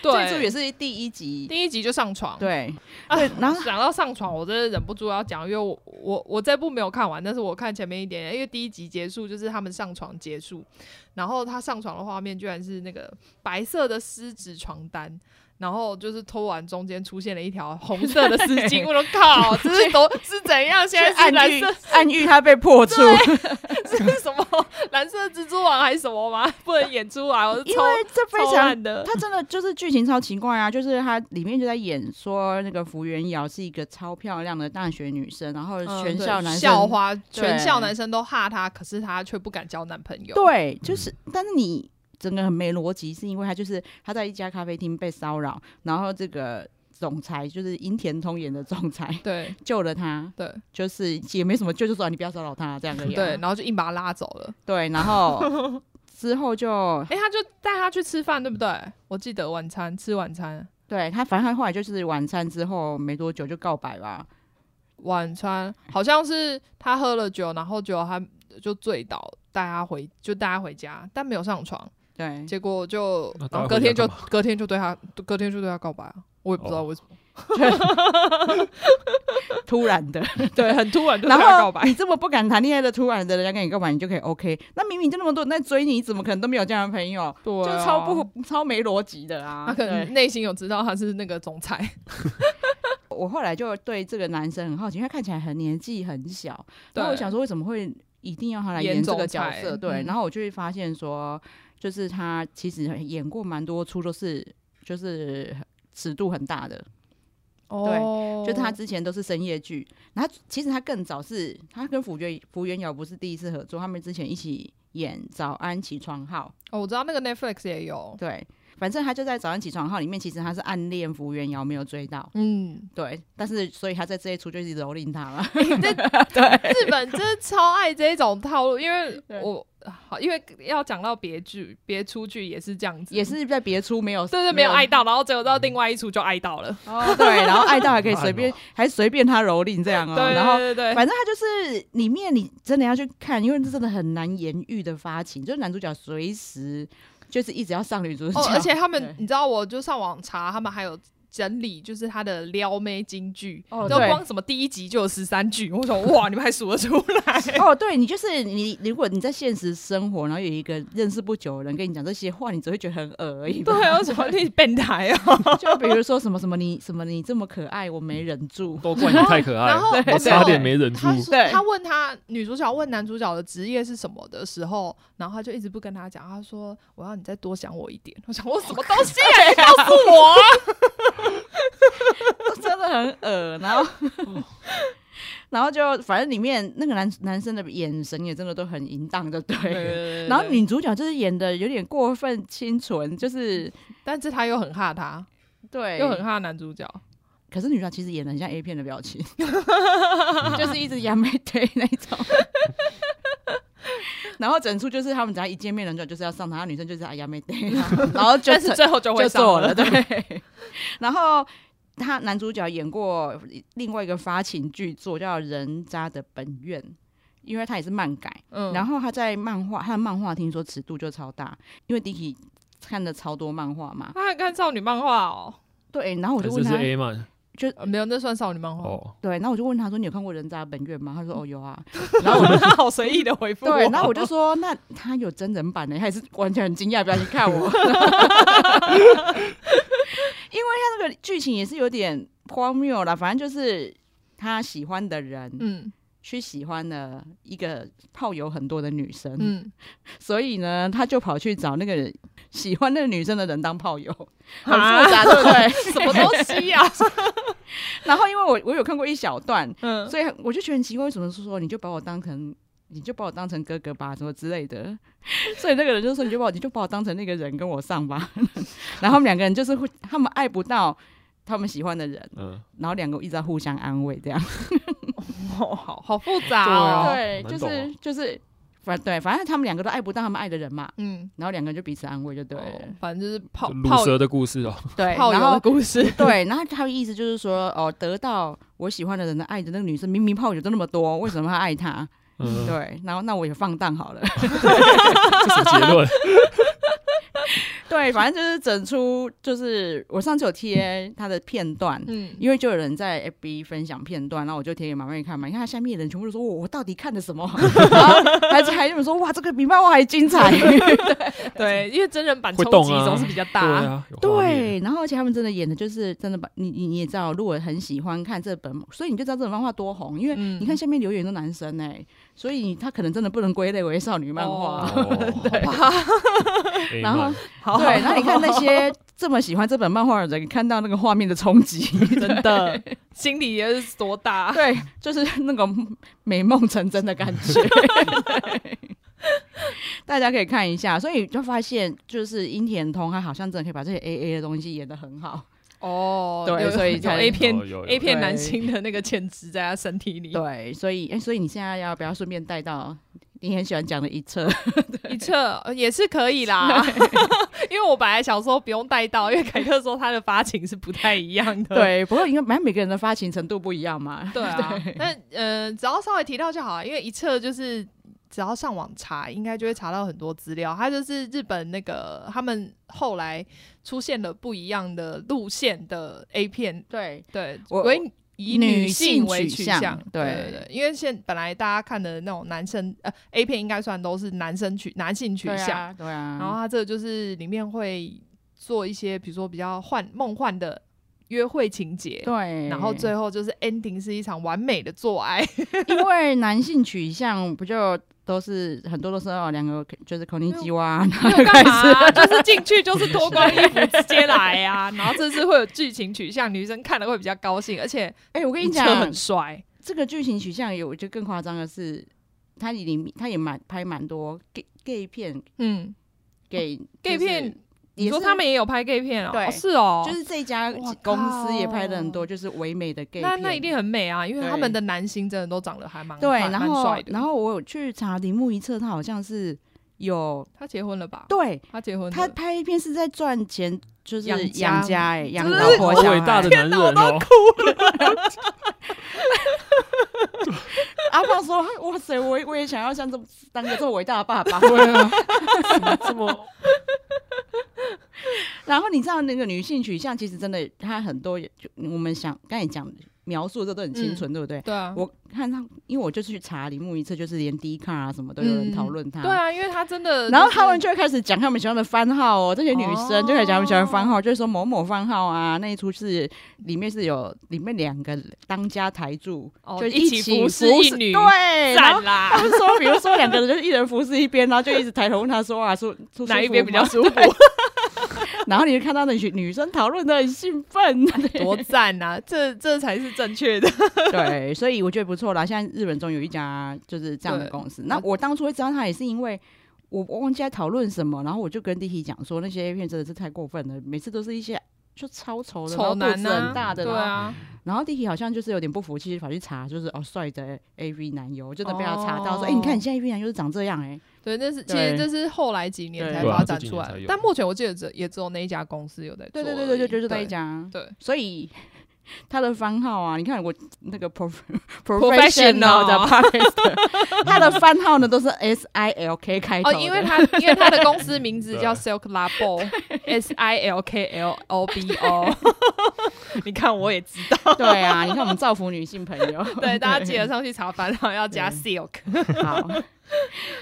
Speaker 2: 这一出
Speaker 1: 对，
Speaker 2: 也是第一集，
Speaker 1: 第一集就上床，
Speaker 2: 对
Speaker 1: 啊
Speaker 2: 对，然后
Speaker 1: 想到上床，我真的忍不住要讲，因为我我我这部没有看完，但是我看前面一点点，因为第一集结束就是他们上床结束，然后他上床的画面居然是那个白色的丝质床单。然后就是偷完中间出现了一条红色的丝巾，
Speaker 2: 对
Speaker 1: 我说靠，这是 都是怎样？现在是
Speaker 2: 暗
Speaker 1: 蓝
Speaker 2: 喻
Speaker 1: 色
Speaker 2: 暗 喻他被破处，
Speaker 1: 是什么？蓝色蜘蛛网还是什么吗？不能演出来，我是
Speaker 2: 因
Speaker 1: 超
Speaker 2: 为这非
Speaker 1: 超
Speaker 2: 常
Speaker 1: 烂 的。
Speaker 2: 他真的就是剧情超奇怪啊！ 就是他里面就在演说那个福原遥是一个超漂亮的大学女生，然后
Speaker 1: 嗯
Speaker 2: 全
Speaker 1: 对
Speaker 2: 校男生、
Speaker 1: 校花，全校男生都哈她，可是她却不敢交男朋友。
Speaker 2: 对，就是但是你整个很没逻辑，是因为他就是他在一家咖啡厅被骚扰，然后这个总裁就是银田通演的总裁
Speaker 1: 对
Speaker 2: 救了他，
Speaker 1: 对
Speaker 2: 就是也没什么救，就说、啊、你不要骚扰他这样而已 啊、
Speaker 1: 对，然后就硬把他拉走了。
Speaker 2: 对，然后之后就
Speaker 1: 哎、他就带他去吃饭，对不对？我记得晚餐吃晚餐，
Speaker 2: 对他，反正他后来就是晚餐之后没多久就告白啊吧，
Speaker 1: 晚餐好像是他喝了酒，然后酒他就醉倒，带他回就带他回家，但没有上床，
Speaker 2: 对，
Speaker 1: 结果 就
Speaker 3: 那带
Speaker 1: 然
Speaker 3: 他
Speaker 1: 后隔天就
Speaker 3: 回家干哦
Speaker 1: 隔天就对他隔天就对他告白啊，我也不知道为什么，
Speaker 2: 突然的。
Speaker 1: 对，很突然就对
Speaker 2: 然
Speaker 1: 他告
Speaker 2: 后
Speaker 1: 白，
Speaker 2: 你这么不敢谈恋爱的，突然的人家跟你告白，你就可以 OK。那明明就那么多人在追你，怎么可能都没有这样的朋友？
Speaker 1: 对、啊
Speaker 2: 就是超。不超没逻辑的啊！
Speaker 1: 他可
Speaker 2: 对
Speaker 1: 能内心有知道他是那个总裁，
Speaker 2: 我后来就对这个男生很好奇，因为他看起来很年纪很小，
Speaker 1: 对
Speaker 2: 然后我想说为什么会一定要他来
Speaker 1: 演
Speaker 2: 演这
Speaker 1: 总
Speaker 2: 个角
Speaker 1: 裁
Speaker 2: 色？对，
Speaker 1: 嗯
Speaker 2: 然后我就会发现说，就是他其实演过蛮多出都是就是尺度很大的，
Speaker 1: 哦
Speaker 2: 就是他之前都是深夜剧，然后他其实他更早是他跟福原福原遥不是第一次合作，他们之前一起演《早安起床号
Speaker 1: 哦，我知道那个 Netflix 也有》，，
Speaker 2: 对，反正他就在《早安起床号》里面，其实他是暗恋福原遥，没有追到，
Speaker 1: 嗯，
Speaker 2: 对，但是所以他在这一出就是蹂躏他了，
Speaker 1: 日本真的超爱这种套路，因为
Speaker 2: 对
Speaker 1: 我好，因为要讲到别剧、别出剧也是这样子，
Speaker 2: 也是在别出没有，
Speaker 1: 对对没有爱到，然后结果到另外一出就爱到了，
Speaker 2: 哦，对，然后爱到还可以
Speaker 3: 好
Speaker 2: 随
Speaker 3: 烂哦
Speaker 2: 便，还随便他蹂躏这样哦，
Speaker 1: 对
Speaker 2: 然后。
Speaker 1: 对对对，
Speaker 2: 反正他就是里面，你真的要去看，因为这真的很难言喻的发情，就是男主角随时就是一直要上女主角，
Speaker 1: 哦，而且他们
Speaker 2: 对
Speaker 1: 你知道，我就上网查，他们还有。整理就是他的撩妹金句，
Speaker 2: 哦
Speaker 1: 就
Speaker 2: 对
Speaker 1: 光什么第一集就有十三句，我想哇，你们还数得出 来？
Speaker 2: 哦，对你就是你，如果你在现实生活，然后有一个认识不久的人跟你讲这些话，你只会觉得很恶而已吧。
Speaker 1: 对，啊有什么你变态啊？
Speaker 2: 就比如说什么什么你什么你这么可爱，我没忍住。
Speaker 3: 都怪你太可 爱
Speaker 1: 然后
Speaker 3: 了，
Speaker 1: 然
Speaker 3: 我
Speaker 1: 后
Speaker 3: 差点没忍住。
Speaker 1: 他说
Speaker 2: 对
Speaker 1: 他问他女主角问男主角的职业是什么的时候，然后他就一直不跟他讲，他说我要你再多想我一点。我想我什么东西 啊？你告诉我啊！
Speaker 2: 真的很恶，然后。然后就反正里面那个男男生的眼神也真的都很淫荡，就对了。然后，女主角就是演的有点过分清纯，就是
Speaker 1: 但是他又很怕他，
Speaker 2: 对，
Speaker 1: 又很怕男主角。
Speaker 2: 可是女主角其实演的很像 A 片的表 情，就是一直扬眉对那 种。然后整出就是他们只要一见面，男主角就是要上他，女生就是啊扬眉对， 然后就
Speaker 1: 但是
Speaker 2: 成
Speaker 1: 最后就会
Speaker 2: 就
Speaker 1: 上
Speaker 2: 做了，对。 然后他男主角演过另外一个发情剧作叫《人渣的本愿》，因为他也是漫改，
Speaker 1: 嗯，
Speaker 2: 然
Speaker 1: 后
Speaker 2: 后他在漫画，他的漫画听说尺度就超大，因为 Dicky 看的超多漫画嘛，
Speaker 1: 他还啊看少女漫画哦，
Speaker 2: 对，然后我就问
Speaker 3: 这
Speaker 2: 他
Speaker 3: 是，A 嘛？
Speaker 1: 呃没有，那算少女漫画。
Speaker 3: 哦，
Speaker 2: 对，然后我就问他说，你有看过《人渣本愿》吗？他说，哦，有啊。
Speaker 1: 然后我就 好随意的回复我，
Speaker 2: 对，然后我就说，那他有真人版呢？他也是完全很惊讶，不要去看我，因为 他那个剧情也是有点荒谬啦，反正就是他喜欢的人、
Speaker 1: 嗯
Speaker 2: 去喜欢了一个炮友很多的女生，
Speaker 1: 嗯，
Speaker 2: 所以呢，他就跑去找那个喜欢那个女生的人当炮友，很
Speaker 1: 啊
Speaker 2: 复杂，对不对？
Speaker 1: 什么东西啊呀？
Speaker 2: 然后因为我我有看过一小段，
Speaker 1: 嗯，
Speaker 2: 所以我就觉得很奇怪，为什么是说你就把我当成你就把我当成哥哥吧，什么之类的。 所以那个人就说你就把我你就把我当成那个人跟我上吧。 然后他们两个人就是会，他们爱不到他们喜欢的人，
Speaker 3: 嗯，
Speaker 2: 然后两个一直在互相安慰这样。
Speaker 1: 哦好好复杂
Speaker 3: 对啊
Speaker 1: 哦。
Speaker 2: 对，
Speaker 3: 蛮
Speaker 2: 就
Speaker 3: 懂
Speaker 2: 是就是。反对，反正他们两个都爱不到他们爱的人嘛，
Speaker 1: 嗯，
Speaker 2: 然后两个人就彼此安慰就对了。
Speaker 1: 哦反正就是泡
Speaker 3: 就
Speaker 1: 泡
Speaker 3: 卤蛇的故事哦，
Speaker 2: 对，
Speaker 1: 泡
Speaker 2: 然
Speaker 1: 友的
Speaker 2: 后
Speaker 1: 故事。
Speaker 2: 对，然后他的意思就是说，哦，得到我喜欢的人的爱的那个女生，明明泡友都那么多，为什么他爱她？
Speaker 3: 嗯，
Speaker 2: 对，然后那我也放荡好了。
Speaker 3: 这是结论。
Speaker 2: 对，反正就是整出，就是我上次有贴他的片段。
Speaker 1: 嗯，
Speaker 2: 因为就有人在 FB 分享片段，然后我就贴给马妹看嘛。你看他下面的人全部都说：“哦我我到底看了什么？” 然后还还有人说：“哇，这个比漫画还精彩。
Speaker 1: 对，因为真人版
Speaker 3: 会
Speaker 1: 冲
Speaker 3: 动
Speaker 1: 击
Speaker 3: 啊
Speaker 1: 总是比较大
Speaker 3: 对。啊，”有画面
Speaker 2: 对，然后而且他们真的演的就是真的把你你你也知道，如果很喜欢看这本，所以你就知道这本漫画多红。因为
Speaker 1: 嗯
Speaker 2: 你看下面留言都男生哎、所以他可能真的不能归类为少女漫画。
Speaker 1: 哦
Speaker 3: 哦， 对
Speaker 2: 然后
Speaker 1: 好
Speaker 2: 对，然后你看那些这么喜欢这本漫画的人，看到那个画面的冲击，
Speaker 1: 真的心里也是 多大？
Speaker 2: 对，就是那种美梦成真的感觉。 大家可以看一下。所以就发现，就是樱田通他好像真的可以把这些 A A 的东西演得很好。
Speaker 1: 哦，
Speaker 2: 对
Speaker 1: 有
Speaker 2: 所以
Speaker 1: 有
Speaker 2: 才
Speaker 1: A 片
Speaker 3: 有有有
Speaker 1: A 片男
Speaker 2: 对
Speaker 1: 星的那个潜质在他身体里。
Speaker 2: 对，所以哎、所以你现在要不要顺便带到你很喜欢讲的一 册？
Speaker 1: 一测呃也是可以啦， 因为我本来想说不用带到，因为凯特说他的发情是不太一样的。
Speaker 2: 对，不过因为反正每个人的发情程度不一样嘛。
Speaker 1: 对啊，那呃，只要稍微提到就好了，因为一测就是只要上网查，应该就会查到很多资料。它就是日本那个他们后来出现了不一样的路线的 A 片，
Speaker 2: 对，
Speaker 1: 对，
Speaker 2: 我
Speaker 1: 为以
Speaker 2: 女
Speaker 1: 女性
Speaker 2: 性
Speaker 1: 为
Speaker 2: 取
Speaker 1: 取
Speaker 2: 向
Speaker 1: 对
Speaker 2: 对
Speaker 1: 对，因为现本来大家看的那种男生呃 A 片应该算都是男生取男性取
Speaker 2: 对
Speaker 1: 向，
Speaker 2: 啊，对啊。
Speaker 1: 然后它这个就是里面会做一些比如说比较幻梦幻的约会情节，
Speaker 2: 对，
Speaker 1: 然后最后就是 ending 是一场完美的做 爱，
Speaker 2: 因为男性取向不就都是很多都是哦，两个就是口令鸡蛙，然
Speaker 1: 没
Speaker 2: 后
Speaker 1: 有
Speaker 2: 就
Speaker 1: 干
Speaker 2: 开
Speaker 1: 嘛
Speaker 2: 始
Speaker 1: 啊、 就是进去 就是脱光衣服直接来呀、啊，然后这次会有剧情取向，女生看了会比较高兴，而且
Speaker 2: 哎、我跟
Speaker 1: 一
Speaker 2: 你
Speaker 1: 侧
Speaker 2: 讲
Speaker 1: 很，帅，
Speaker 2: 这个剧情取向有就更夸张的是，它里面它也蛮拍蛮多 gay gay 片
Speaker 1: 嗯
Speaker 2: 给、
Speaker 1: ，gay
Speaker 2: 就是
Speaker 1: 片，你
Speaker 2: 也
Speaker 1: 说
Speaker 2: 是
Speaker 1: 他们也有拍 gay 片哦，
Speaker 2: 对
Speaker 1: 哦是哦，
Speaker 2: 就是这家
Speaker 1: 哇
Speaker 2: 公司也
Speaker 1: 靠
Speaker 2: 拍的很多，就是唯美的 gay 片。
Speaker 1: 那那一定很美啊，因为
Speaker 2: 对
Speaker 1: 他们的男星真的都长得还蛮
Speaker 2: 对，
Speaker 1: 蛮
Speaker 2: 然
Speaker 1: 蛮
Speaker 2: 后
Speaker 1: 帅的，
Speaker 2: 然后我有去查铃木一彻，他好像是有
Speaker 1: 他结婚了吧？
Speaker 2: 对
Speaker 1: 他结婚了，
Speaker 2: 他拍片是在赚钱，就是
Speaker 1: 养
Speaker 2: 养
Speaker 1: 家
Speaker 2: 家哎、养
Speaker 1: 真的
Speaker 2: 老
Speaker 1: 是
Speaker 2: 婆
Speaker 3: 好
Speaker 2: 小
Speaker 3: 伟大
Speaker 2: 孩
Speaker 3: 的男人哦！
Speaker 2: 阿胖说：“哇塞，我也我也想要像这么当个这么伟大的爸爸。
Speaker 3: 对啊，怎么这么”
Speaker 2: 然后你知道那个女性取向，其实真的，她很多也就我们想刚才讲描述的都很清纯，对不对？
Speaker 1: 对啊，
Speaker 2: 我看他，因为我就是去查铃木一次，就是连 D 卡啊什么都有人讨论他。
Speaker 1: 对啊，因为他真的就是，
Speaker 2: 然后他们就会开始讲他们喜欢的番号哦，这些女生就开始讲他们喜欢的番号，就是说某某番号啊，那一出是里面是有里面两个当家台柱，
Speaker 1: 哦
Speaker 2: 就
Speaker 1: 一起
Speaker 2: 起
Speaker 1: 服侍一女
Speaker 2: 对，然后
Speaker 1: 赞啦
Speaker 2: 他，们说，比如说两个人就是一人服侍一边，然后就一直抬头问他说啊，说出
Speaker 1: 哪一边比较舒服，
Speaker 2: 然后你就看到那群女生讨论的很兴奋，
Speaker 1: 多赞啊！这这才是正确的。
Speaker 2: 对，所以我觉得不错啦。现在日本中有一家就是这样的
Speaker 1: 对
Speaker 2: 公司，那我当初会知道他也是因为。我我忘记在讨论什么，然后我就跟弟弟讲说，那些 A 片真的是太过分了，每次都是一些就超丑的，然后
Speaker 1: 丑
Speaker 2: 肚
Speaker 1: 男
Speaker 2: 子
Speaker 1: 啊
Speaker 2: 很大的，
Speaker 1: 对啊，
Speaker 2: 然后弟弟好像就是有点不服气，跑去查，就是哦帅的 AV 男优，真的被他查到说，
Speaker 1: 哦
Speaker 2: 哎、你看你现在 AV 男优是长这样哎、
Speaker 1: 对，那是其
Speaker 2: 对
Speaker 1: 实这是后来几年
Speaker 2: 对
Speaker 1: 才
Speaker 2: 对啊
Speaker 1: 发展
Speaker 3: 这几
Speaker 1: 出
Speaker 3: 年
Speaker 1: 来
Speaker 3: 才
Speaker 1: 的
Speaker 3: 有，
Speaker 1: 但目前我记得只也只有那一家公司有在做而
Speaker 2: 对
Speaker 1: 已。
Speaker 2: 对对对对，就是那
Speaker 1: 对
Speaker 2: 一。家，
Speaker 1: 对，
Speaker 2: 所以 他的番号啊，你看我那个 prof
Speaker 1: Professional
Speaker 2: professional 的 p o d c a s t 他的番号呢都是 S I L K 开头
Speaker 1: 哦，
Speaker 2: 的，
Speaker 1: 因为他因为他的啊公司名字叫
Speaker 3: 对
Speaker 1: Silk Labo，S I L K L O B O。你看我也知道，
Speaker 2: 对啊，你看我们造福女性朋友，
Speaker 1: 对，大家记得上去查烦恼要加 Silk。
Speaker 2: 好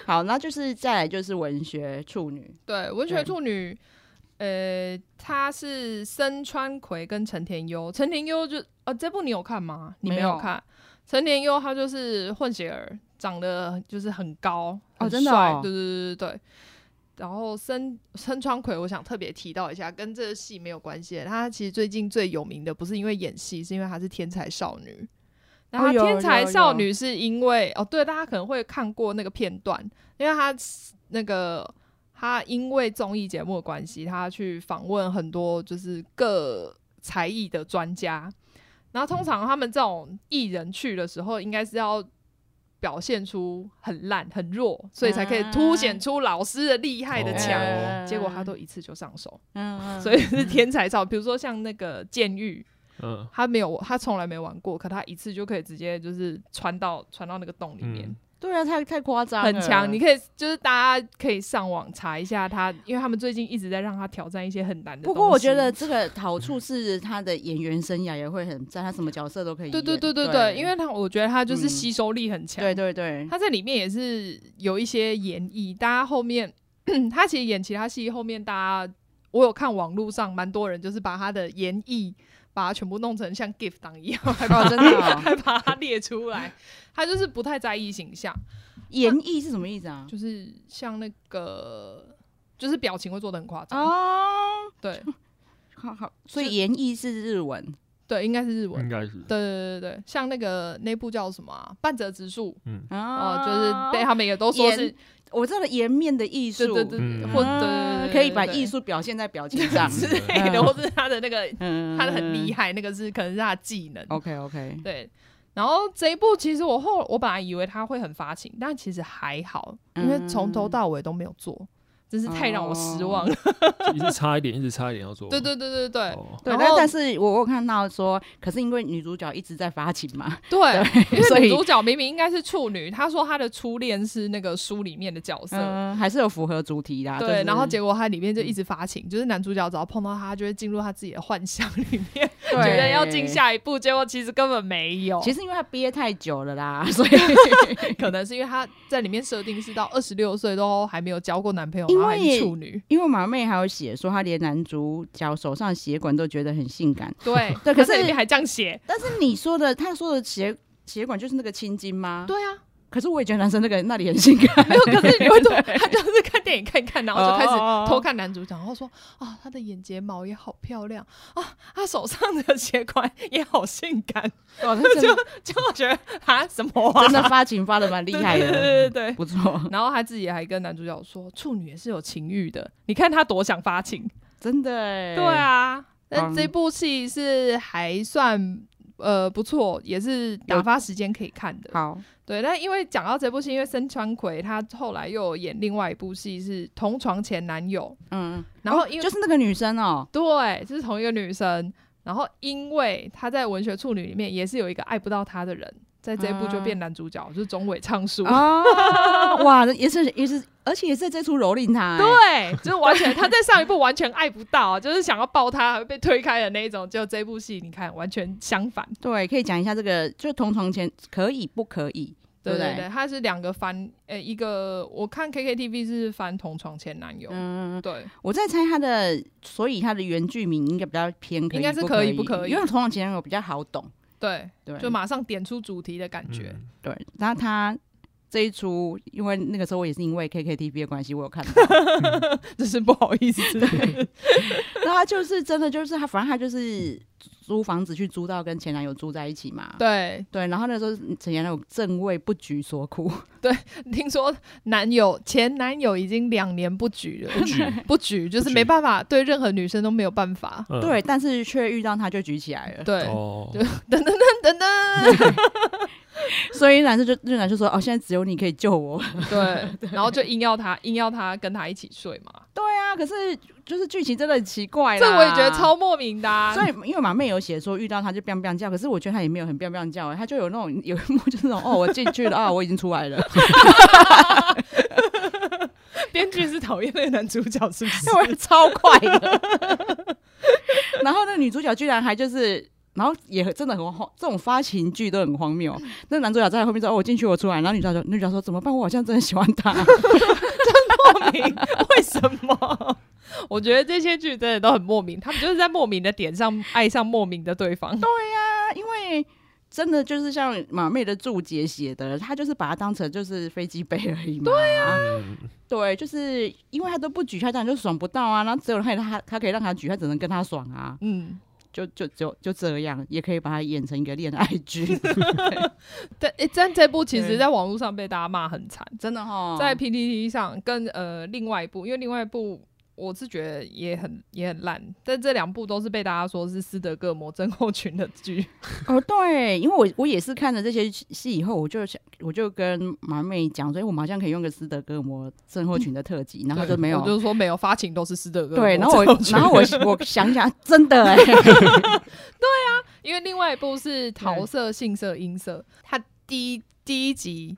Speaker 2: 好，那就是再来就是文学处女，
Speaker 1: 对，文学
Speaker 2: 对
Speaker 1: 处女，呃，她是森川葵跟陈田优。陈田优就呃，这部你有看吗？你
Speaker 2: 没
Speaker 1: 有
Speaker 2: 有
Speaker 1: 看。陈田优她就是混血儿，长得就是很高，
Speaker 2: 哦
Speaker 1: 很
Speaker 2: 真的
Speaker 1: 帅
Speaker 2: 哦
Speaker 1: 对对对对对。然后森森川葵，我想特别提到一下，跟这个戏没有关系。她其实最近最有名的不是因为演戏，是因为她是天才少女。然后
Speaker 2: 哦有
Speaker 1: 天才
Speaker 2: 有
Speaker 1: 少
Speaker 2: 有
Speaker 1: 女是因为哦，对，大家可能会看过那个片段，因为她那个他因为综艺节目的关系，他去访问很多就是各才艺的专家。然后通常他们这种艺人去的时候，应该是要表现出很烂、很弱，所以才可以凸显出老师的厉害的强。
Speaker 3: 哦
Speaker 1: 结果他都一次就上手，
Speaker 2: 嗯，嗯
Speaker 1: 所以是天才少。比如说像那个监狱，
Speaker 3: 嗯
Speaker 1: 他没有，他从来没玩过，可他一次就可以直接就是穿到穿到那个洞里面。
Speaker 3: 嗯，
Speaker 2: 对啊，太太夸张了，
Speaker 1: 很强，你可以就是大家可以上网查一下他，因为他们最近一直在让他挑战一些很难的东
Speaker 2: 不
Speaker 1: 西。
Speaker 2: 过我觉得这个好处是他的演员生涯也会很赞，他什么角色都可以演。
Speaker 1: 对对对对对，
Speaker 2: 对，
Speaker 1: 因为他我觉得他就是
Speaker 2: 嗯
Speaker 1: 吸收力很强，
Speaker 2: 对对对，
Speaker 1: 他在里面也是有一些演绎，大家后面他其实演其他戏后面大家我有看网络上蛮多人就是把他的演绎把它全部弄成像 GIF 档一样，还把
Speaker 2: 哦，真的哦、
Speaker 1: 还把它列出来，他就是不太在意形象，
Speaker 2: 演绎是什么意思啊？
Speaker 1: 就是像那个就是表情会做的很夸张，
Speaker 2: 哦，
Speaker 1: 对。
Speaker 2: 好好，所以演绎是日文，
Speaker 1: 对，应该是日文。
Speaker 3: 应该是
Speaker 1: 对对对对对，
Speaker 3: 嗯
Speaker 1: 像那个那部叫什么、啊《半泽直树》
Speaker 2: 哦
Speaker 1: 哦、就是被他们也都说是
Speaker 2: 我知道的颜面的艺术，
Speaker 1: 对对对，对
Speaker 3: 嗯
Speaker 1: 或
Speaker 2: 啊
Speaker 1: 对
Speaker 2: 可以把艺
Speaker 1: 术
Speaker 2: 术表现在 表情上
Speaker 1: 之类的，
Speaker 2: 嗯
Speaker 1: 或是他的那个
Speaker 2: 嗯哦
Speaker 1: 他的很厉害，那个是可能是他的技能。
Speaker 2: OK OK，
Speaker 1: 对，然后这一部其实我后我本来以为他会很发情，但其实还好，因
Speaker 2: 嗯
Speaker 1: 为从头到尾都没有做，真是太让我失
Speaker 2: 哦
Speaker 1: 望了。
Speaker 3: 一直差一点，一直差一点要做。
Speaker 1: 对对对对对
Speaker 3: 哦，
Speaker 2: 对，
Speaker 1: 然
Speaker 2: 但
Speaker 1: 后
Speaker 2: 但是我有看到说，可是因为女主角一直在发情嘛，
Speaker 1: 对，因
Speaker 2: 所
Speaker 1: 为
Speaker 2: 以
Speaker 1: 女主角明明应该是处女，她说她的初恋是那个书里面的角色，
Speaker 2: 嗯，还是有符合主题啦。啊就
Speaker 1: 对，
Speaker 2: 是嗯
Speaker 1: 然后结果他里面就一直发情，就是男主角只要碰到他，他就会进入他自己的幻想里 面，
Speaker 2: 对
Speaker 1: 觉得要进下一步，结果其实根本没有。
Speaker 2: 其实因为他憋太久了啦， 所以
Speaker 1: 可能是因为他在里面设定是到二十六岁都还没有交过男朋友，
Speaker 2: 因
Speaker 1: 然后还
Speaker 2: 为。
Speaker 1: 是处女
Speaker 2: 因为马妹还有写说，她连男主角手上血管都觉得很性感。
Speaker 1: 对
Speaker 2: 对
Speaker 1: 他
Speaker 2: 可是
Speaker 1: 在里面还这样写。
Speaker 2: 但是你说的，她说的血血管就是那个青筋吗？。
Speaker 1: 对啊，
Speaker 2: 可是我也觉得男生那个那里很性感，
Speaker 1: 没有，可是你会怎么？他就是看电影看一看，然后就开始
Speaker 2: 哦
Speaker 1: 偷看男主角，然后说啊，他的眼睫毛也好漂亮啊，他手上的血管也好性感，
Speaker 2: 哇， 那真的
Speaker 1: 就我觉得啊什么啊，
Speaker 2: 真的发情发的蛮厉 害
Speaker 1: 对对
Speaker 2: 的，
Speaker 1: 对对对。
Speaker 2: 不错，
Speaker 1: 然后他自己还跟男主角说，处女也是有情欲的，你看他多想发情。
Speaker 2: 真的哎。
Speaker 1: 对，啊，但
Speaker 2: 嗯
Speaker 1: 这部戏是还算呃不错，也是打发时间可以看的。
Speaker 2: 好，
Speaker 1: 对，但因为讲到这部戏，因为森川葵他后来又有演另外一部戏是《同床前男友》，
Speaker 2: 嗯，
Speaker 1: 然后因为、
Speaker 2: 就是那个女生哦，
Speaker 1: 对，就是同一个女生，然后因为他在《文学处女》里面也是有一个爱不到他的人，在这一部就变男主角，就是中尾畅 树。
Speaker 2: 啊，哇，也是也是，而且也是在这出蹂躏她，哎，
Speaker 1: 对，就是完全他在上一部完全爱不到，啊就是想要抱他还会被推开的那一种。就这部戏，你看完全相反，
Speaker 2: 对，可以讲一下这个，就同床前可以不可以？对
Speaker 1: 对
Speaker 2: 不
Speaker 1: 对
Speaker 2: 对
Speaker 1: 对，他是两个翻，呃、一个我看 KKTV 是翻同床前男友，
Speaker 2: 嗯，
Speaker 1: 对
Speaker 2: 我在猜他的，所以他的原剧名应该比较偏可以，
Speaker 1: 应该是
Speaker 2: 不
Speaker 1: 可
Speaker 2: 可
Speaker 1: 以不可以
Speaker 2: 因为同往前男友比较好懂，
Speaker 1: 对，
Speaker 2: 对，
Speaker 1: 就马上点出主题的感觉。
Speaker 3: 嗯
Speaker 2: 对。然后他这一出，因为那个时候我也是因为 KKTV 的关系，我有看 到，
Speaker 1: 真是不好意思。
Speaker 2: 那他就是真的就是他，反正他就是租房子去租到跟前男友住在一起嘛，
Speaker 1: 对，
Speaker 2: 对。然后那时候前男友正为不举所苦，
Speaker 1: 听说男友前男友已经两年不举了，
Speaker 3: 不 举，
Speaker 1: 不举就是
Speaker 3: 不举
Speaker 1: 没办法，对任何女生都没有办法。
Speaker 3: 嗯
Speaker 2: 对，但是却遇到他就举起来了，
Speaker 1: 对，
Speaker 3: 哦，
Speaker 1: 就噔噔噔噔噔，
Speaker 2: 所以男生就那男生说：“哦，现在只有你可以救我。
Speaker 1: 对，然后就硬要他，硬要他跟他一起睡嘛。”
Speaker 2: 对啊，可是就是剧情真的很奇怪啦，
Speaker 1: 这我也觉得超莫名的、啊。
Speaker 2: 所以，因为马妹有写说遇到他就 biang biang 叫，可是我觉得他也没有很 biang biang 叫、欸，他就有那种有一幕就是那种哦，我进去了啊，我已经出来了，
Speaker 1: 编剧是讨厌那个男主角，是不 是
Speaker 2: 因为超快的。 然后那女主角居然还就是，然后也真的很荒，这种发情剧都很荒谬。那男主角在后面说哦，我进去我出来，然后女主角说女主角说怎么办？我好像真的喜欢他。
Speaker 1: 莫名？为什么？我觉得这些剧真的都很莫名，他们就是在莫名的点上爱上莫名的对方。
Speaker 2: 啊 因为。真的就是像马妹的注解写的，她就是把它当成就是飞机杯而已嘛。对啊，
Speaker 3: 嗯
Speaker 2: 对，就是因为他都不举，他当然就爽不到啊。然后只有他他他可以让他举，他只能跟他爽啊，
Speaker 1: 嗯，
Speaker 2: 就就就就这样，也可以把它演成一个恋爱 剧，
Speaker 1: 但诶，但这部其
Speaker 2: 对
Speaker 1: 实在网络上被大家骂很惨，
Speaker 2: 真的哦哈
Speaker 1: 在 PTT 上跟呃另外一部，因为另外一部。我是觉得也很也很烂，但这两部都是被大家说是斯德哥尔摩症候群的剧。
Speaker 2: 哦对，因为我我也是看了这些戏以后，我就想我就跟马妹讲，哎所以我们好像可以用个斯德哥尔摩症候群的特辑，然后她就没
Speaker 1: 我
Speaker 2: 有。
Speaker 1: 就说没有发情都是斯德哥尔摩
Speaker 2: 对，然后我
Speaker 1: 症候，群
Speaker 2: 然后我，我想想，真的哎、
Speaker 1: 因为另外一部是桃
Speaker 2: 嗯
Speaker 1: 色、杏色、音色，它第一第一集。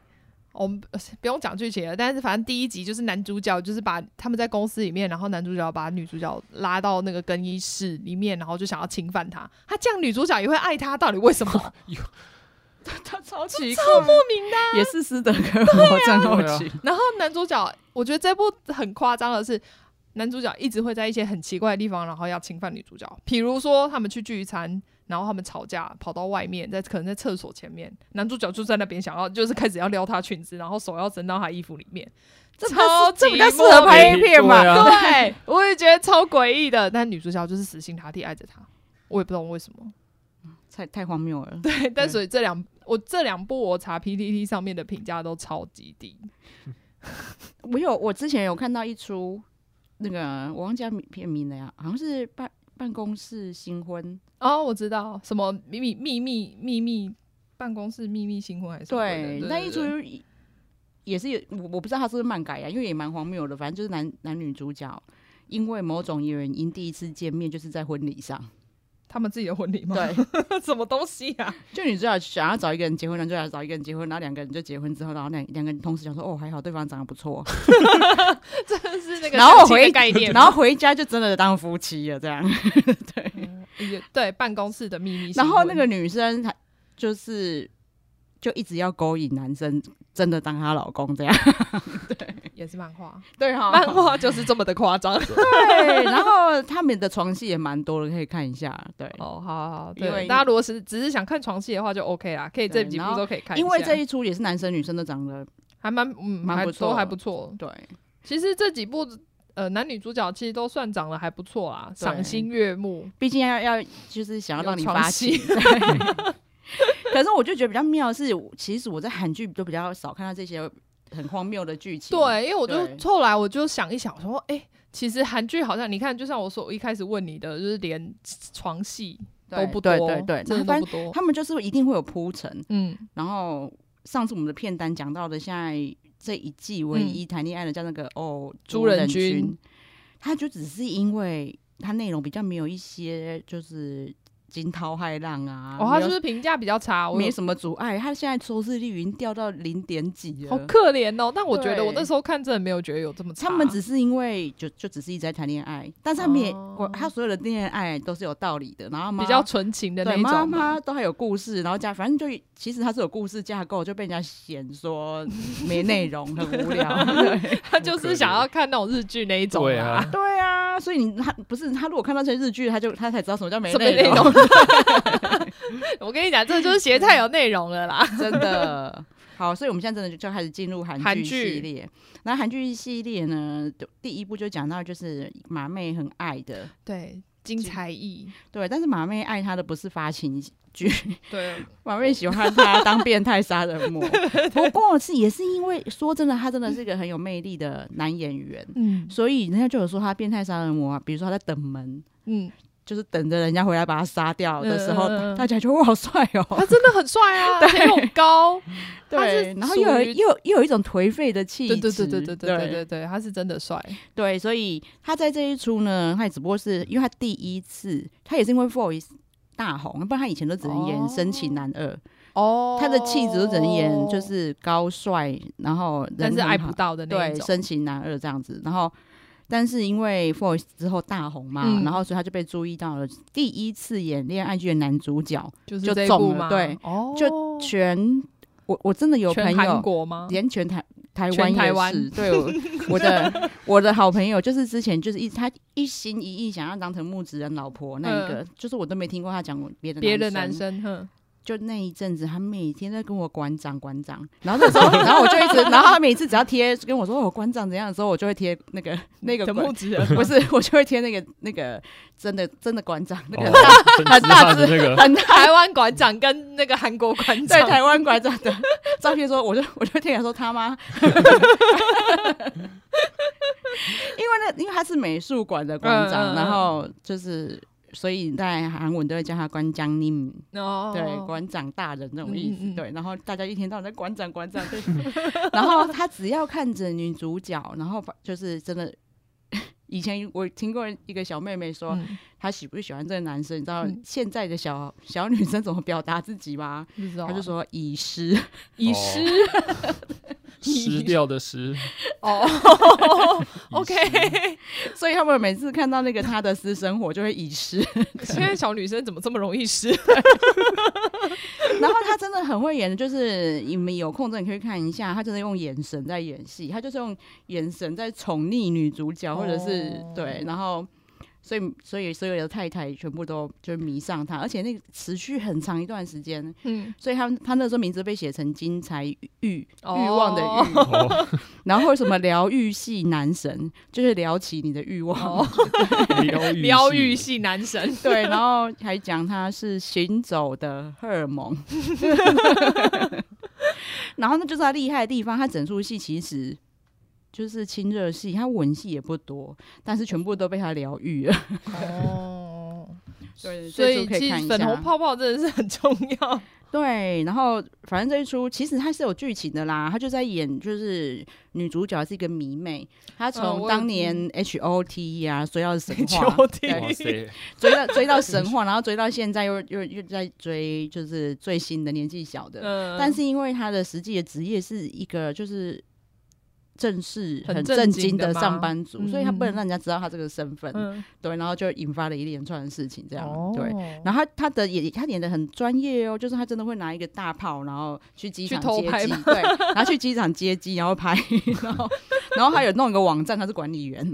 Speaker 1: 我们呃不用讲剧情了，但是反正第一集就是男主角就是把他们在公司里面，然后男主角把女主角拉到那个更衣室里面，然后就想要侵犯她。他这样女主角也会爱他，到底为什么？
Speaker 2: 他超奇怪，超莫名的、也是斯德哥尔摩症候
Speaker 3: 对啊
Speaker 2: 群，
Speaker 1: 然后男主角，我觉得这部很夸张的是，男主角一直会在一些很奇怪的地方，然后要侵犯女主角。比如说他们去聚餐，然后他们吵架，跑到外面，在可能在厕所前面，男主角就在那边想要，就是开始要撩她裙子，然后手要伸到她衣服里面，
Speaker 3: 啊
Speaker 2: 这
Speaker 1: 超级
Speaker 2: 这比较适
Speaker 1: 莫
Speaker 2: 合
Speaker 1: 名
Speaker 2: 拍 A 片嘛，
Speaker 3: 对啊
Speaker 1: 对，我也觉得超诡异的。但女主角就是死心塌地爱着他，我也不懂为什么。
Speaker 2: 太太荒谬了。
Speaker 1: 对，但所以这两我这两部我查 PPT 上面的评价都超级低。
Speaker 2: 我有，我之前有看到一出那个我忘记它名片名了呀，好像是办办公室新婚，
Speaker 1: 哦，我知道什么秘密秘密秘密办公室秘密新婚还是什么鬼的
Speaker 2: 对
Speaker 1: 对，
Speaker 2: 那一出
Speaker 1: 对
Speaker 2: 也也是有我我不知道它是不是漫改啊呀，因为也蛮荒谬的，反正就是男男女主角。因为某种原因，第一次见面就是在婚礼上。
Speaker 1: 他们自己的婚礼吗？
Speaker 2: 对，
Speaker 1: 什么东西啊？
Speaker 2: 就女主角想要找一个人结婚，男主角找一个人结婚，然后两个人就结婚之后，然后两两个人同时想说，哦，还好对方长得 不错，
Speaker 1: 真的是那个
Speaker 2: 然后
Speaker 1: 相
Speaker 2: 我
Speaker 1: 亲的
Speaker 2: 回
Speaker 1: 概念，
Speaker 2: 然后回家就真的当夫妻了这样。
Speaker 1: 嗯也对办公室的秘密新
Speaker 2: 然
Speaker 1: 婚，
Speaker 2: 后那个女生她就是就一直要勾引男生，真的当她老 公这样。
Speaker 1: 也是漫画，
Speaker 2: 对 哈
Speaker 1: 漫画就是这么的夸 张。
Speaker 2: 对。然后他们的床戏也蛮多的，可以看一下。对，
Speaker 1: 哦，好好好，
Speaker 2: 因为
Speaker 1: 对，大家如果是只是想看床戏的话，就 OK 啦，可以这
Speaker 2: 对
Speaker 1: 几
Speaker 2: 然
Speaker 1: 部
Speaker 2: 后
Speaker 1: 都可以看一下，
Speaker 2: 因为这一出也是男生女生都长得
Speaker 1: 还蛮嗯
Speaker 2: 蛮
Speaker 1: 还
Speaker 2: 不错
Speaker 1: 都还不错。
Speaker 2: 对，
Speaker 1: 其实这几部呃男女主角其实都算长得还不错啦，
Speaker 2: 对
Speaker 1: 赏心悦目。
Speaker 2: 毕竟要要就是想要让你
Speaker 1: 有
Speaker 2: 发
Speaker 1: 床戏
Speaker 2: 情。对可是我就觉得比较妙的是，其实我在韩剧都比较少看到这些很荒谬的剧情。
Speaker 1: 对，因为我
Speaker 2: 对
Speaker 1: 就后来我就想一想，我说哎、诶其实韩剧好像你看，就像我说我一开始问你的，就是连床戏
Speaker 2: 对，
Speaker 1: 都不多，
Speaker 2: 对对对，
Speaker 1: 真的都
Speaker 2: 然后反
Speaker 1: 不多
Speaker 2: 正。他们就是一定会有铺陈，
Speaker 1: 嗯，
Speaker 2: 然后上次我们的片单讲到的，现在这一季唯一谈恋爱的叫那个、哦
Speaker 1: 嗯朱
Speaker 2: 仁
Speaker 1: 仁君，
Speaker 2: 他就只是因为他内容比较没有一些就是惊涛骇浪啊，
Speaker 1: 哦，他是
Speaker 2: 没有
Speaker 1: 不是评价比较差？我有
Speaker 2: 没什么阻碍，他现在收视率已经掉到零点几了。
Speaker 1: 好可怜哦。但我觉得
Speaker 2: 对
Speaker 1: 我那时候看真的没有觉得有这么差。
Speaker 2: 他们只是因为就就只是一直在谈恋爱，但是他们也、
Speaker 1: 哦
Speaker 2: 我他所有的恋爱都是有道理的，然后妈
Speaker 1: 比较纯情的那
Speaker 2: 对
Speaker 1: 一
Speaker 2: 妈
Speaker 1: 种嘛。
Speaker 2: 妈都还有故事，然后加反正就其实他是有故事架构，就被人家嫌说没内容，很无 聊。对
Speaker 1: 他就是想要看那种日剧那一种
Speaker 3: 对
Speaker 1: 啦
Speaker 3: 啊，
Speaker 2: 对啊，所以你他不是他如果看到这些日剧，他就他才知道什么叫没
Speaker 1: 什么内
Speaker 2: 容，
Speaker 1: 容？我跟你讲，这就是鞋太有内容了 啦。
Speaker 2: 真的。好，所以我们现在真的就开始进入韩
Speaker 1: 韩
Speaker 2: 剧
Speaker 1: 剧
Speaker 2: 系列。那韩剧系列呢，就第一部就讲到就是马妹很爱的，
Speaker 1: 对，金才艺，
Speaker 2: 对，但是马妹爱他的不是发情剧，
Speaker 1: 对，
Speaker 2: 马妹喜欢他当变态杀人 魔，不过是也是因为说真的，他真的是一个很有魅力的男演员，
Speaker 1: 嗯
Speaker 2: 所以人家就有说他变态杀人魔啊，比如说他在等门，
Speaker 1: 嗯，
Speaker 2: 就是等着人家回来把他杀掉的时候，
Speaker 1: 嗯嗯嗯
Speaker 2: 大家就哇好帅
Speaker 1: 他
Speaker 2: 哦，
Speaker 1: 真的很帅 啊，而且又高，他是
Speaker 2: 对，然后又有
Speaker 1: 属于
Speaker 2: 又有又有一种颓废的气
Speaker 1: 对
Speaker 2: 质，
Speaker 1: 对对对对对对
Speaker 2: 对
Speaker 1: 对对，他是真的帅，
Speaker 2: 对所以他在这一出呢，他也只不过是因为他第一次，他也是因为 Voice 大红，不然他以前都只能演
Speaker 1: 哦
Speaker 2: 深情男二。
Speaker 1: 哦，
Speaker 2: 他的气质就只能演就是高帅，然后人
Speaker 1: 但是
Speaker 2: 很
Speaker 1: 爱
Speaker 2: 好
Speaker 1: 不到的那
Speaker 2: 对
Speaker 1: 一种，
Speaker 2: 深情男二这样子。然后，但是因为 Voice 之后大红嘛，
Speaker 1: 嗯
Speaker 2: 然后所以他就被注意到了。第一次演恋爱剧的男主角，
Speaker 1: 就是
Speaker 2: 就
Speaker 1: 这一
Speaker 2: 中
Speaker 1: 部
Speaker 2: 了
Speaker 1: 嘛，
Speaker 2: 对，
Speaker 1: 哦，
Speaker 2: 就全我我真的有朋
Speaker 1: 全韩
Speaker 2: 友。
Speaker 1: 国吗？
Speaker 2: 连全台台
Speaker 1: 全
Speaker 2: 湾
Speaker 1: 台
Speaker 2: 也
Speaker 1: 湾
Speaker 2: 是，对我我的 我的好朋友，就是之前就是一他一心一意想要当成木子人老婆那一个，就是我都没听过他讲过别的
Speaker 1: 嗯别的男生，哼，
Speaker 2: 就那一阵子，他每天在跟我馆长馆长，然后那时候，然后我就一直，然后他每次只要贴跟我说我哦馆长怎样的时候，我就会贴那个 那个
Speaker 1: 的
Speaker 2: 馆
Speaker 1: 木子人
Speaker 2: 不是，我就会贴那个那个真的真的馆长那个
Speaker 3: 哦
Speaker 2: 很大、
Speaker 3: 很
Speaker 2: 很大
Speaker 3: 的那个，哦
Speaker 2: 很大
Speaker 1: 台湾馆长跟那个韩国馆
Speaker 2: 对
Speaker 1: 长，
Speaker 2: 台湾馆长的照片说，我就我就贴给他说他妈， 因为那因为他是美术馆的馆
Speaker 1: 嗯
Speaker 2: 长，
Speaker 1: 嗯嗯
Speaker 2: 然后就是所以在韩文都会叫他馆长宁。
Speaker 1: 哦，
Speaker 2: 对，馆长大人那种意思。
Speaker 1: 嗯嗯嗯
Speaker 2: 对，然后大家一天到晚在馆长馆长， 对然后他只要看着女主角，然后把就是真的。 以前我听过一个小妹妹说，
Speaker 1: 嗯
Speaker 2: 她喜不喜欢这个男生？你知道
Speaker 1: 嗯
Speaker 2: 现在的小小女生怎么表达自己吗？
Speaker 1: 不知道
Speaker 2: 她
Speaker 1: 啊，
Speaker 2: 就说已失，
Speaker 1: 遗
Speaker 3: 哦
Speaker 1: 失
Speaker 3: 湿掉的湿。
Speaker 1: 哦，OK，
Speaker 2: 所以他们每次看到那个她的私生活就会遗失。
Speaker 1: 现在小女生怎么这么容易失？
Speaker 2: 然后她真的很会演，就是你们有空真的可以看一下，她真的用眼神在演戏，她就是用眼神在宠溺女主角，或者是、
Speaker 1: 哦
Speaker 2: 对，然后所以所以所有的太太全部都就迷上她，而且那个持续很长一段时间，
Speaker 1: 嗯，
Speaker 2: 所以她她那时候名字被写成金财欲欲
Speaker 1: 哦
Speaker 2: 望的欲，
Speaker 3: 哦，
Speaker 2: 然后什么疗愈系男神，就是聊起你的欲望。
Speaker 1: 哦，
Speaker 3: 疗愈
Speaker 1: 疗愈
Speaker 3: 系
Speaker 1: 系男神，
Speaker 2: 对，然后还讲他是行走的荷 尔蒙，然后那就是他厉害的地方。他整出戏其实就是亲热戏，他吻戏也不多，但是全部都被他疗愈了。
Speaker 1: 哦，
Speaker 2: 对
Speaker 1: 所
Speaker 2: 这
Speaker 1: 以
Speaker 2: 出可
Speaker 1: 其
Speaker 2: 以看
Speaker 1: 实
Speaker 2: 一
Speaker 1: 粉
Speaker 2: 下
Speaker 1: 红泡泡真的是很重要。
Speaker 2: 对，然后反正这一出其实它是有剧情的啦，他就在演就是女主角是一个迷妹，她从
Speaker 1: 嗯我有
Speaker 2: 当年 H O T E 啊追到 神话，
Speaker 1: 秋天
Speaker 3: 哇塞，
Speaker 2: 追到追到神话，然后追到现在又又又在追就是最新的年纪小的，
Speaker 1: 嗯
Speaker 2: 但是因为她的实际的职业是一个就是。正式
Speaker 1: 很
Speaker 2: 很
Speaker 1: 正
Speaker 2: 正
Speaker 1: 经
Speaker 2: 经
Speaker 1: 的
Speaker 2: 的
Speaker 1: 吗
Speaker 2: 上班族，所以她不能
Speaker 1: 嗯
Speaker 2: 让人家知道她这个身份，
Speaker 1: 嗯，
Speaker 2: 对，然后就引发了一连串的事情，这样、
Speaker 1: 哦
Speaker 2: 对。然后他他的也他演的很专业哦，就是他真的会拿一个大炮，然后去机
Speaker 1: 去
Speaker 2: 场
Speaker 1: 偷
Speaker 2: 接
Speaker 1: 拍
Speaker 2: 机
Speaker 1: 吗，
Speaker 2: 对，然后去机场接机，然后拍， 然后然后还有弄一个网站，他是管 理员，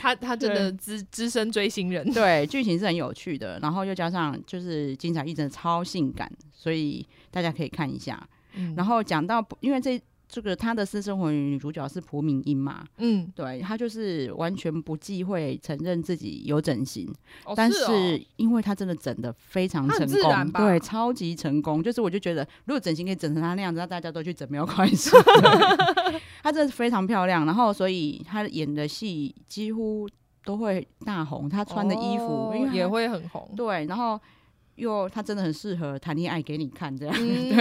Speaker 1: 他他真的资资深追星人，
Speaker 2: 对，剧情是很有趣的，然后又加上就是金彩玉真的超性感，所以大家可以看一下。 然
Speaker 1: 后
Speaker 2: 后讲到因为这这个他的私生活女主角是朴敏英嘛，
Speaker 1: 嗯，
Speaker 2: 对她就是完全不忌讳承认自己有整形，
Speaker 1: 哦
Speaker 2: 但
Speaker 1: 是哦
Speaker 2: 是因为他真的整的非常
Speaker 1: 他很
Speaker 2: 成
Speaker 1: 自然
Speaker 2: 功，
Speaker 1: 吧
Speaker 2: 对，超级成功。就是我就觉得，如果整形可以整成他那样子，那大家都去整没有关 系。她真的非常漂亮，然后所以她演的戏几乎都会大红，她穿的衣服、
Speaker 1: 哦
Speaker 2: 因为她
Speaker 1: 也会很红，
Speaker 2: 对，然后又她真的很适合谈恋爱给你看这样。
Speaker 1: 嗯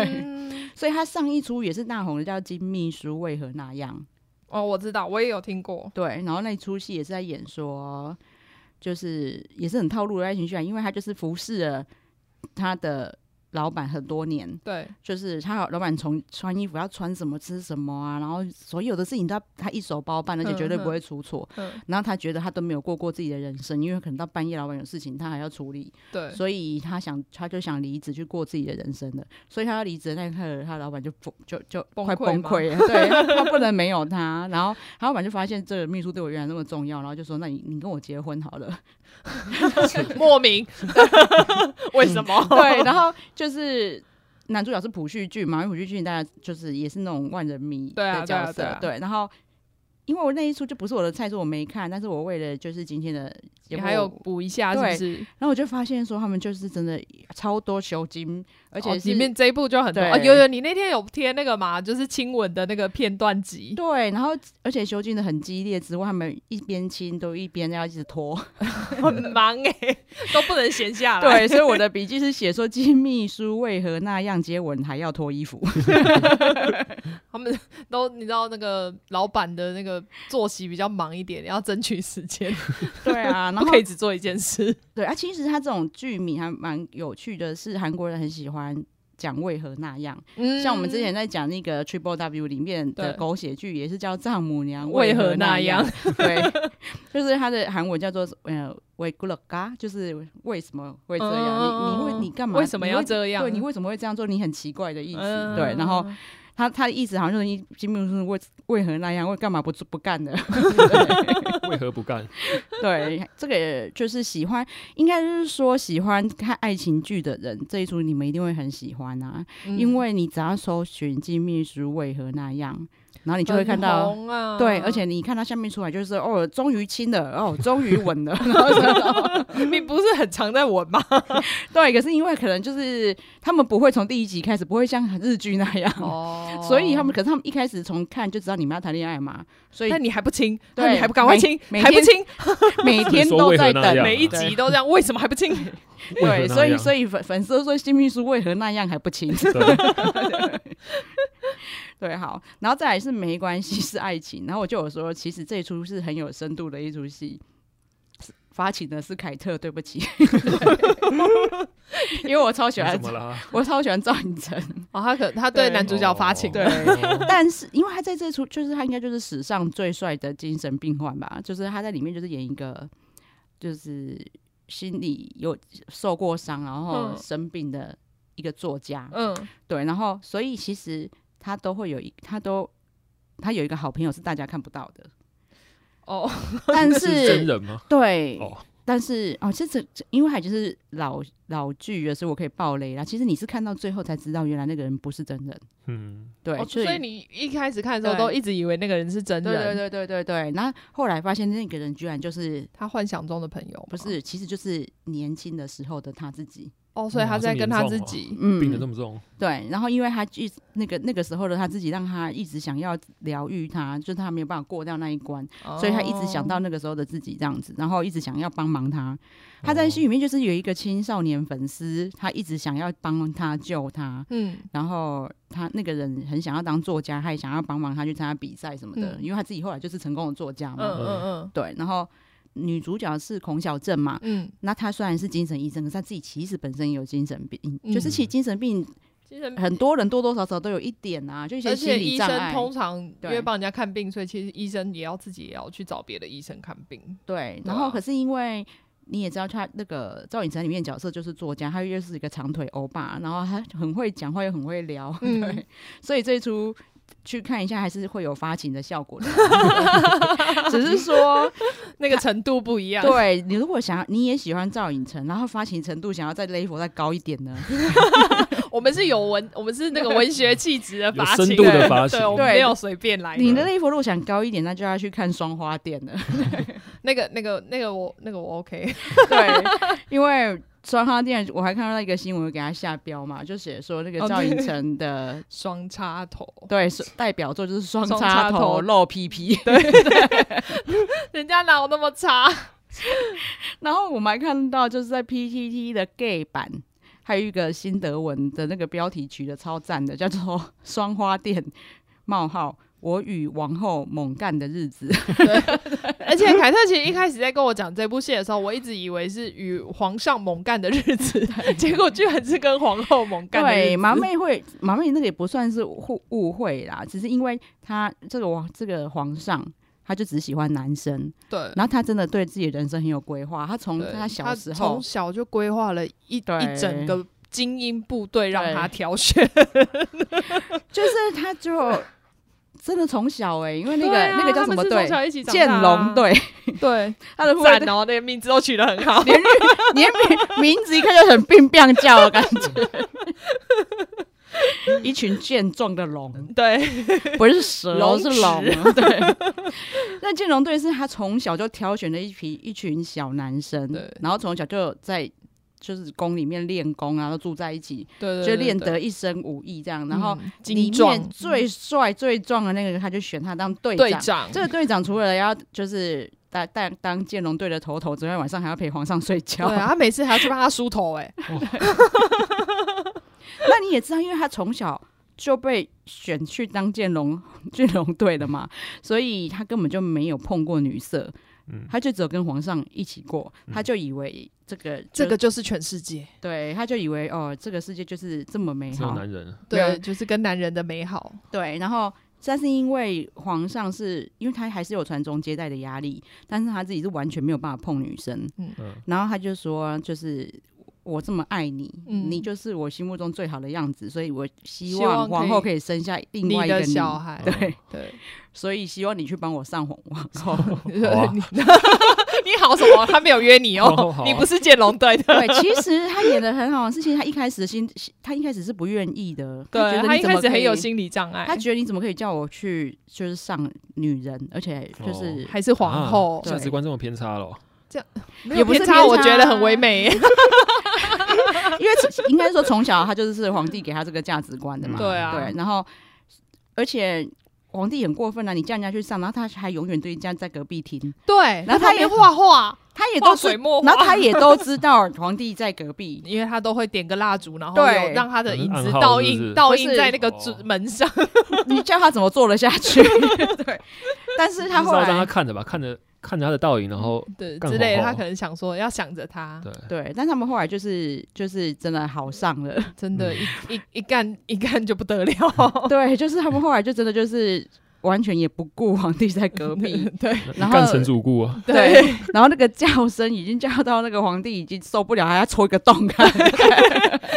Speaker 1: 对。
Speaker 2: 所以她上一出也是大红的，叫《金秘书为何那样》。
Speaker 1: 哦，我知道，我也有听过。
Speaker 2: 对，然后那一出戏也是在演说，就是也是很套路的爱情剧啊，因为他就是服侍了他的老板很多年，
Speaker 1: 对，
Speaker 2: 就是他老板从穿衣服要穿什么吃什么啊，然后所有的事情都要他一手包办，而且绝对
Speaker 1: 嗯嗯
Speaker 2: 不会出错。
Speaker 1: 嗯，
Speaker 2: 然后他觉得他都没有过过自己的人生，因为可能到半夜老板有事情他还要处理，
Speaker 1: 对，
Speaker 2: 所以他想他就想离职去过自己的人生了。所以他要离职的那一刻，他老板就崩就就
Speaker 1: 崩
Speaker 2: 快
Speaker 1: 溃
Speaker 2: 崩
Speaker 1: 吗
Speaker 2: 溃了，对 他他不能没有他。然后他老板就发现这个秘书对我原来那么重要，然后就说：“那你你跟我结婚好 了。
Speaker 1: 莫名， 为什么？”
Speaker 2: 嗯对，然后就是。男主角是朴叙俊嘛，因为朴叙俊大家就是也是那种万人迷
Speaker 1: 对啊
Speaker 2: 的角色，
Speaker 1: 对啊对
Speaker 2: 然后因为我那一出就不是我的菜，所以我没看，但是我为了就是今天的
Speaker 1: 你
Speaker 2: 节目，
Speaker 1: 还有补一下是不是？
Speaker 2: 然后我就发现说他们就是真的超多球精，而且
Speaker 1: 哦
Speaker 2: 是、
Speaker 1: 里面这一部就很多。
Speaker 2: 对
Speaker 1: 哦有有，你那天有贴那个嘛，就是亲吻的那个片段集。
Speaker 2: 对，然后而且修禁的很激烈之外，他们一边亲都一边要一直拖。
Speaker 1: 很忙哎、都不能闲下来。
Speaker 2: 对，所以我的笔记是写说金秘书为何那样接吻还要脱衣 服？
Speaker 1: 他们 都你知道那个老板的那个作息比较忙一点，要争取时 间，
Speaker 2: 对 啊，然
Speaker 1: 不
Speaker 2: 后
Speaker 1: 可以只做一件事。
Speaker 2: 对啊，其实他这种剧名还蛮有趣的是，韩国人很喜欢。讲为何那样？
Speaker 1: 嗯
Speaker 2: 像我们之前在讲那个 Triple W 里面的
Speaker 1: 对
Speaker 2: 狗血剧，也是叫《丈母娘
Speaker 1: 为何那
Speaker 2: 那。
Speaker 1: 样》
Speaker 2: 对，就是它的韩文叫做呃为古勒嘎，就是为什么会这样？你你
Speaker 1: 嗯
Speaker 2: 为你干嘛？
Speaker 1: 为什么
Speaker 2: 你
Speaker 1: 要
Speaker 2: 会
Speaker 1: 这样？
Speaker 2: 对你为什么会这样做？你很奇怪的意思。
Speaker 1: 嗯
Speaker 2: 对，然后他他的意思好像就是你金秘书为为何那样，为干嘛不不 干的？
Speaker 3: 为何不干？
Speaker 2: 对，这个也就是喜欢，应该就是说喜欢看爱情剧的人，这一出你们一定会很喜欢啊，
Speaker 1: 嗯
Speaker 2: 因为你只要搜寻金秘书为何那样，然后你就会看
Speaker 1: 很
Speaker 2: 到。
Speaker 1: 红啊，
Speaker 2: 对，而且你看他下面出来就是哦，终于亲了，哦，终于吻了， 然后就
Speaker 1: 明明不是很常在闻 嘛。
Speaker 2: 对，可是因为可能就是他们不会从第一集开始，不会像日剧那样，
Speaker 1: 哦
Speaker 2: 所以他们，可是他们一开始从看就知道你们要谈恋爱嘛，所以
Speaker 1: 但你还不亲，
Speaker 2: 对
Speaker 1: 那你还不赶快亲，
Speaker 2: 每每
Speaker 1: 还不
Speaker 2: 天
Speaker 1: 亲，
Speaker 2: 每天
Speaker 3: 所
Speaker 2: 都
Speaker 3: 以说
Speaker 2: 在
Speaker 3: 为何那
Speaker 2: 等
Speaker 3: 样啊
Speaker 1: 每一集都这样，为什么还不亲？
Speaker 2: 对，所以所
Speaker 3: 以
Speaker 2: 以粉粉丝都说新秘书为何那样还不清？ 对，好，然后再来是没关系是爱情，然后我就有说，其实这一出是很有深度的一出戏。是发起的是凯特，对不起， 因为我超喜欢
Speaker 3: 怎，么啦？
Speaker 2: 我超喜欢赵寅成，
Speaker 1: 哦，他可他对
Speaker 2: 对
Speaker 1: 男主角发情，
Speaker 2: 对
Speaker 3: 哦
Speaker 2: 但是因为他在这出，就是他应该就是史上最帅的精神病患吧，就是他在里面就是演一个，就是心里有受过伤，然后
Speaker 1: 嗯
Speaker 2: 生病的一个作家，
Speaker 1: 嗯，
Speaker 2: 对，然后所以其实他都会有一，他都他有一个好朋友是大家看不到的，
Speaker 1: 哦，
Speaker 2: 但
Speaker 3: 是真
Speaker 2: 是
Speaker 3: 人吗？
Speaker 2: 对，
Speaker 3: 哦，
Speaker 2: 但是哦，这这这因为还就是老老剧了，所以我可以爆雷啦。其实你是看到最后才知道，原来那个人不是真人，
Speaker 3: 嗯，
Speaker 2: 对，
Speaker 1: 哦
Speaker 2: 所
Speaker 1: 所
Speaker 2: 以
Speaker 1: 以你一开始看的时候
Speaker 2: 对
Speaker 1: 都一直以为那个人是真人，
Speaker 2: 对对对对对对，那后来发现那个人居然就是
Speaker 1: 他幻想中的朋友吗
Speaker 2: 不是，其实就是年轻的时候的他自己。
Speaker 1: 哦，所以他
Speaker 3: 哇
Speaker 1: 在
Speaker 3: 这么
Speaker 1: 跟
Speaker 3: 严
Speaker 1: 他
Speaker 3: 重
Speaker 1: 自
Speaker 3: 哦
Speaker 1: 己，
Speaker 2: 嗯
Speaker 3: 病得这么重，
Speaker 2: 对，然后因为他一直那个那个时候的他自己，让他一直想要疗愈他，就是他没有办法过掉那一关， 所以他一直想
Speaker 1: 哦
Speaker 2: 到那个时候的自己这样子，然后一直想要帮忙他。他
Speaker 3: 哦
Speaker 2: 在心里面就是有一个青少年粉丝，他一直想要帮他救他，
Speaker 1: 嗯
Speaker 2: 然后他那个人很想要当作家，他也想要帮忙他去参加比赛什么的，
Speaker 1: 嗯
Speaker 2: 因为他自己后来就是成功的作家
Speaker 1: 嗯
Speaker 2: 嘛。
Speaker 1: 嗯
Speaker 2: 对，然后女主角是孔小镇嘛，
Speaker 1: 嗯嗯，
Speaker 2: 那她虽然是精神医生，可是她自己其实本身也有精神病，
Speaker 1: 嗯
Speaker 2: 就是其实精神病
Speaker 1: 精神，
Speaker 2: 很多人多多少少都有一点啊，就一些
Speaker 1: 而
Speaker 2: 心
Speaker 1: 且
Speaker 2: 理
Speaker 1: 医
Speaker 2: 障
Speaker 1: 生
Speaker 2: 碍。
Speaker 1: 通常因为
Speaker 2: 对
Speaker 1: 帮人家看病，所以其实医生也要自己也要去找别的医生看 病。
Speaker 2: 对，
Speaker 1: 对
Speaker 2: 然后
Speaker 1: 啊
Speaker 2: 可是因为你也知道，他那个赵寅成里面的角色就是作家，他又是一个长腿欧巴，然后他很会讲话，又很会聊，
Speaker 1: 嗯
Speaker 2: 对，所以最初。去看一下，还是会有发情的效 果的，只是说，
Speaker 1: 那个程度不一样，
Speaker 2: 对你如果想要，你也喜欢赵寅成，然后发情程度想要再 level 再高一点呢，
Speaker 1: 我们是有文，我们是那个文学气质的
Speaker 3: 有
Speaker 1: 发
Speaker 3: 深
Speaker 1: 情
Speaker 3: 度
Speaker 1: 人
Speaker 3: 的发情
Speaker 1: 对，我们
Speaker 2: 对
Speaker 1: 没有随便来
Speaker 2: 你
Speaker 1: 的。
Speaker 2: 的 level 如果想高一点，那就要去看双花店 了。
Speaker 1: 那个、那个、那个我、那个我 OK。
Speaker 2: 对， 因为双花店我还看到一个新闻，给他下标嘛，就写说那个
Speaker 1: 哦
Speaker 2: 赵
Speaker 1: 对
Speaker 2: 寅成的
Speaker 1: 双插头，
Speaker 2: 对，是代表作就是双
Speaker 1: 双
Speaker 2: 插
Speaker 1: 插
Speaker 2: 头
Speaker 1: 头
Speaker 2: 露屁 屁。
Speaker 1: 人家哪有那么差？
Speaker 2: 然后我们还看到，就是在 PTT 的 gay 版，还有一个新德文的那个标题取的超赞的，叫做“双花店冒号我与王后猛干的日子
Speaker 1: 而且凯特其实一开始在跟我讲这部戏的时候，我一直以为是与皇上猛干的日子， 结果居然是跟皇后猛”。干的日
Speaker 2: 对，
Speaker 1: 子。
Speaker 2: 麻妹会麻妹那个也不算是误误会啦，只是因为他这个王这个皇上。他就只喜欢男生，
Speaker 1: 对，
Speaker 2: 然后他真的对自己的人生很有规划。他从
Speaker 1: 对
Speaker 2: 他嗯小
Speaker 1: 他
Speaker 2: 时候
Speaker 1: 从，小就规划了一
Speaker 2: 对
Speaker 1: 一整个精英部队让他挑选。
Speaker 2: 就是他 就真的从小哎、因为 那个、
Speaker 1: 对啊
Speaker 2: 那个叫什么
Speaker 1: 他们是从？
Speaker 2: 队
Speaker 1: 小一起长
Speaker 2: 剑
Speaker 1: 大啊
Speaker 2: 龙，队，
Speaker 1: 对，
Speaker 2: 他的
Speaker 1: 赞
Speaker 2: 队
Speaker 1: 哦，那个名字都取得很好。
Speaker 2: 连连名名字一看就很病病叫的感 觉。一群健壮的龙，
Speaker 1: 对，
Speaker 2: 不是蛇
Speaker 1: 龙
Speaker 2: 哦，是
Speaker 1: 齿
Speaker 2: 龙。对， 那剑龙队是他从小就挑选了一批一群小男生
Speaker 1: 对，
Speaker 2: 然后从小就在就是宫里面练功啊，都住在一起，
Speaker 1: 对对嗯
Speaker 2: 就练得一身武艺这样。然后里
Speaker 1: 精壮
Speaker 2: 面最帅最壮的那个，他就选他当队
Speaker 1: 队
Speaker 2: 长。
Speaker 1: 长，
Speaker 2: 这个队长除了要就是当当当剑龙队的头头之外，晚上还要陪皇上睡觉。
Speaker 1: 对啊，他每次还要去帮他梳头，哎，
Speaker 2: 那你也知道，因为他从小就被选去当剑龙 剑龙队的嘛，所以他根本就没有碰过女色，
Speaker 3: 嗯，
Speaker 2: 他就只有跟皇上一起过，他就以为这个
Speaker 1: 这个就是全世界，
Speaker 2: 对，他就以为哦，这个世界就是这么美
Speaker 3: 这种
Speaker 2: 好，
Speaker 3: 男人，
Speaker 2: 对啊
Speaker 1: 对，就是跟男人的美好，
Speaker 2: 对，然后。但是因为皇上是因为他还是有传宗接代的压力，但是他自己是完全没有办法碰女生，
Speaker 3: 嗯，
Speaker 2: 然后他就说，就是我这么爱你，
Speaker 1: 嗯
Speaker 2: 你就是我心目中最好的样子，所以我希
Speaker 1: 希望
Speaker 2: 望
Speaker 1: 可以
Speaker 2: 皇后可以生下另
Speaker 1: 你
Speaker 2: 外一个
Speaker 1: 的
Speaker 2: 你。
Speaker 1: 小孩，
Speaker 2: 对，
Speaker 1: 对，
Speaker 2: 所以希望你去帮我上皇皇后。
Speaker 3: 好啊
Speaker 1: 你好什么？他没有约你
Speaker 3: 好
Speaker 1: 哦
Speaker 3: 好，啊
Speaker 1: 你不是剑龙队的。
Speaker 2: 对，其实他演的很好，是其实他一开始的心，他一开始是不愿意的，
Speaker 1: 对
Speaker 2: 觉得
Speaker 1: 他
Speaker 2: 你
Speaker 1: 一
Speaker 2: 怎么
Speaker 1: 开始
Speaker 2: 可
Speaker 1: 很
Speaker 2: 以
Speaker 1: 有，心理障碍，
Speaker 2: 他觉得你怎么可以叫我去就是上女人，而且就是
Speaker 1: 还是皇后
Speaker 3: 啊，价值观这么偏差了，
Speaker 1: 没
Speaker 2: 也
Speaker 1: 有
Speaker 2: 不是
Speaker 1: 偏差，
Speaker 2: 偏
Speaker 1: 我
Speaker 2: 差
Speaker 1: 觉得很
Speaker 2: 啊
Speaker 1: 唯美。
Speaker 2: 因为其应该说从小他就是皇帝给他这个价值观的嘛，
Speaker 3: 嗯
Speaker 1: 对啊，
Speaker 2: 对，然后而且皇帝很过分啊，你叫人家去上，然后他还永远对人家在隔壁听，
Speaker 1: 对，
Speaker 2: 然后
Speaker 1: 在
Speaker 2: 他
Speaker 1: 旁
Speaker 2: 也
Speaker 1: 边画 画，
Speaker 2: 他也
Speaker 1: 画
Speaker 2: 都知
Speaker 1: 水，墨
Speaker 2: 然后
Speaker 1: 画，
Speaker 2: 他也都知道皇帝在隔壁。
Speaker 1: 因为他都会点个蜡烛，然后
Speaker 2: 对
Speaker 1: 有让他的影
Speaker 3: 嗯
Speaker 1: 子
Speaker 3: 暗号
Speaker 1: 倒
Speaker 3: 是不是
Speaker 1: 映倒
Speaker 2: 不
Speaker 1: 映
Speaker 2: 是
Speaker 1: 在那个
Speaker 3: 哦
Speaker 1: 纸门上。
Speaker 2: 你叫他怎么做得下去？ 对，但是他
Speaker 3: 至
Speaker 2: 后
Speaker 3: 少让他
Speaker 2: 来
Speaker 3: 看着吧，看着看着他的倒影，然后
Speaker 1: 对
Speaker 3: 干
Speaker 1: 之类的，
Speaker 3: 皇后
Speaker 1: 他可能想说要想着他，
Speaker 3: 对，
Speaker 2: 对，但他们后来就是就是真的好上了，
Speaker 1: 真的，
Speaker 3: 嗯
Speaker 1: 一一一干一干就不得了。
Speaker 2: 对，就是他们后来就真的就是完全也不顾皇帝在 隔壁，
Speaker 1: 对
Speaker 2: 然
Speaker 3: 干
Speaker 2: 后
Speaker 3: 成主顾 啊，
Speaker 2: 对，然后那个叫声已经叫到那个皇帝已经受不了，还要戳一个洞看，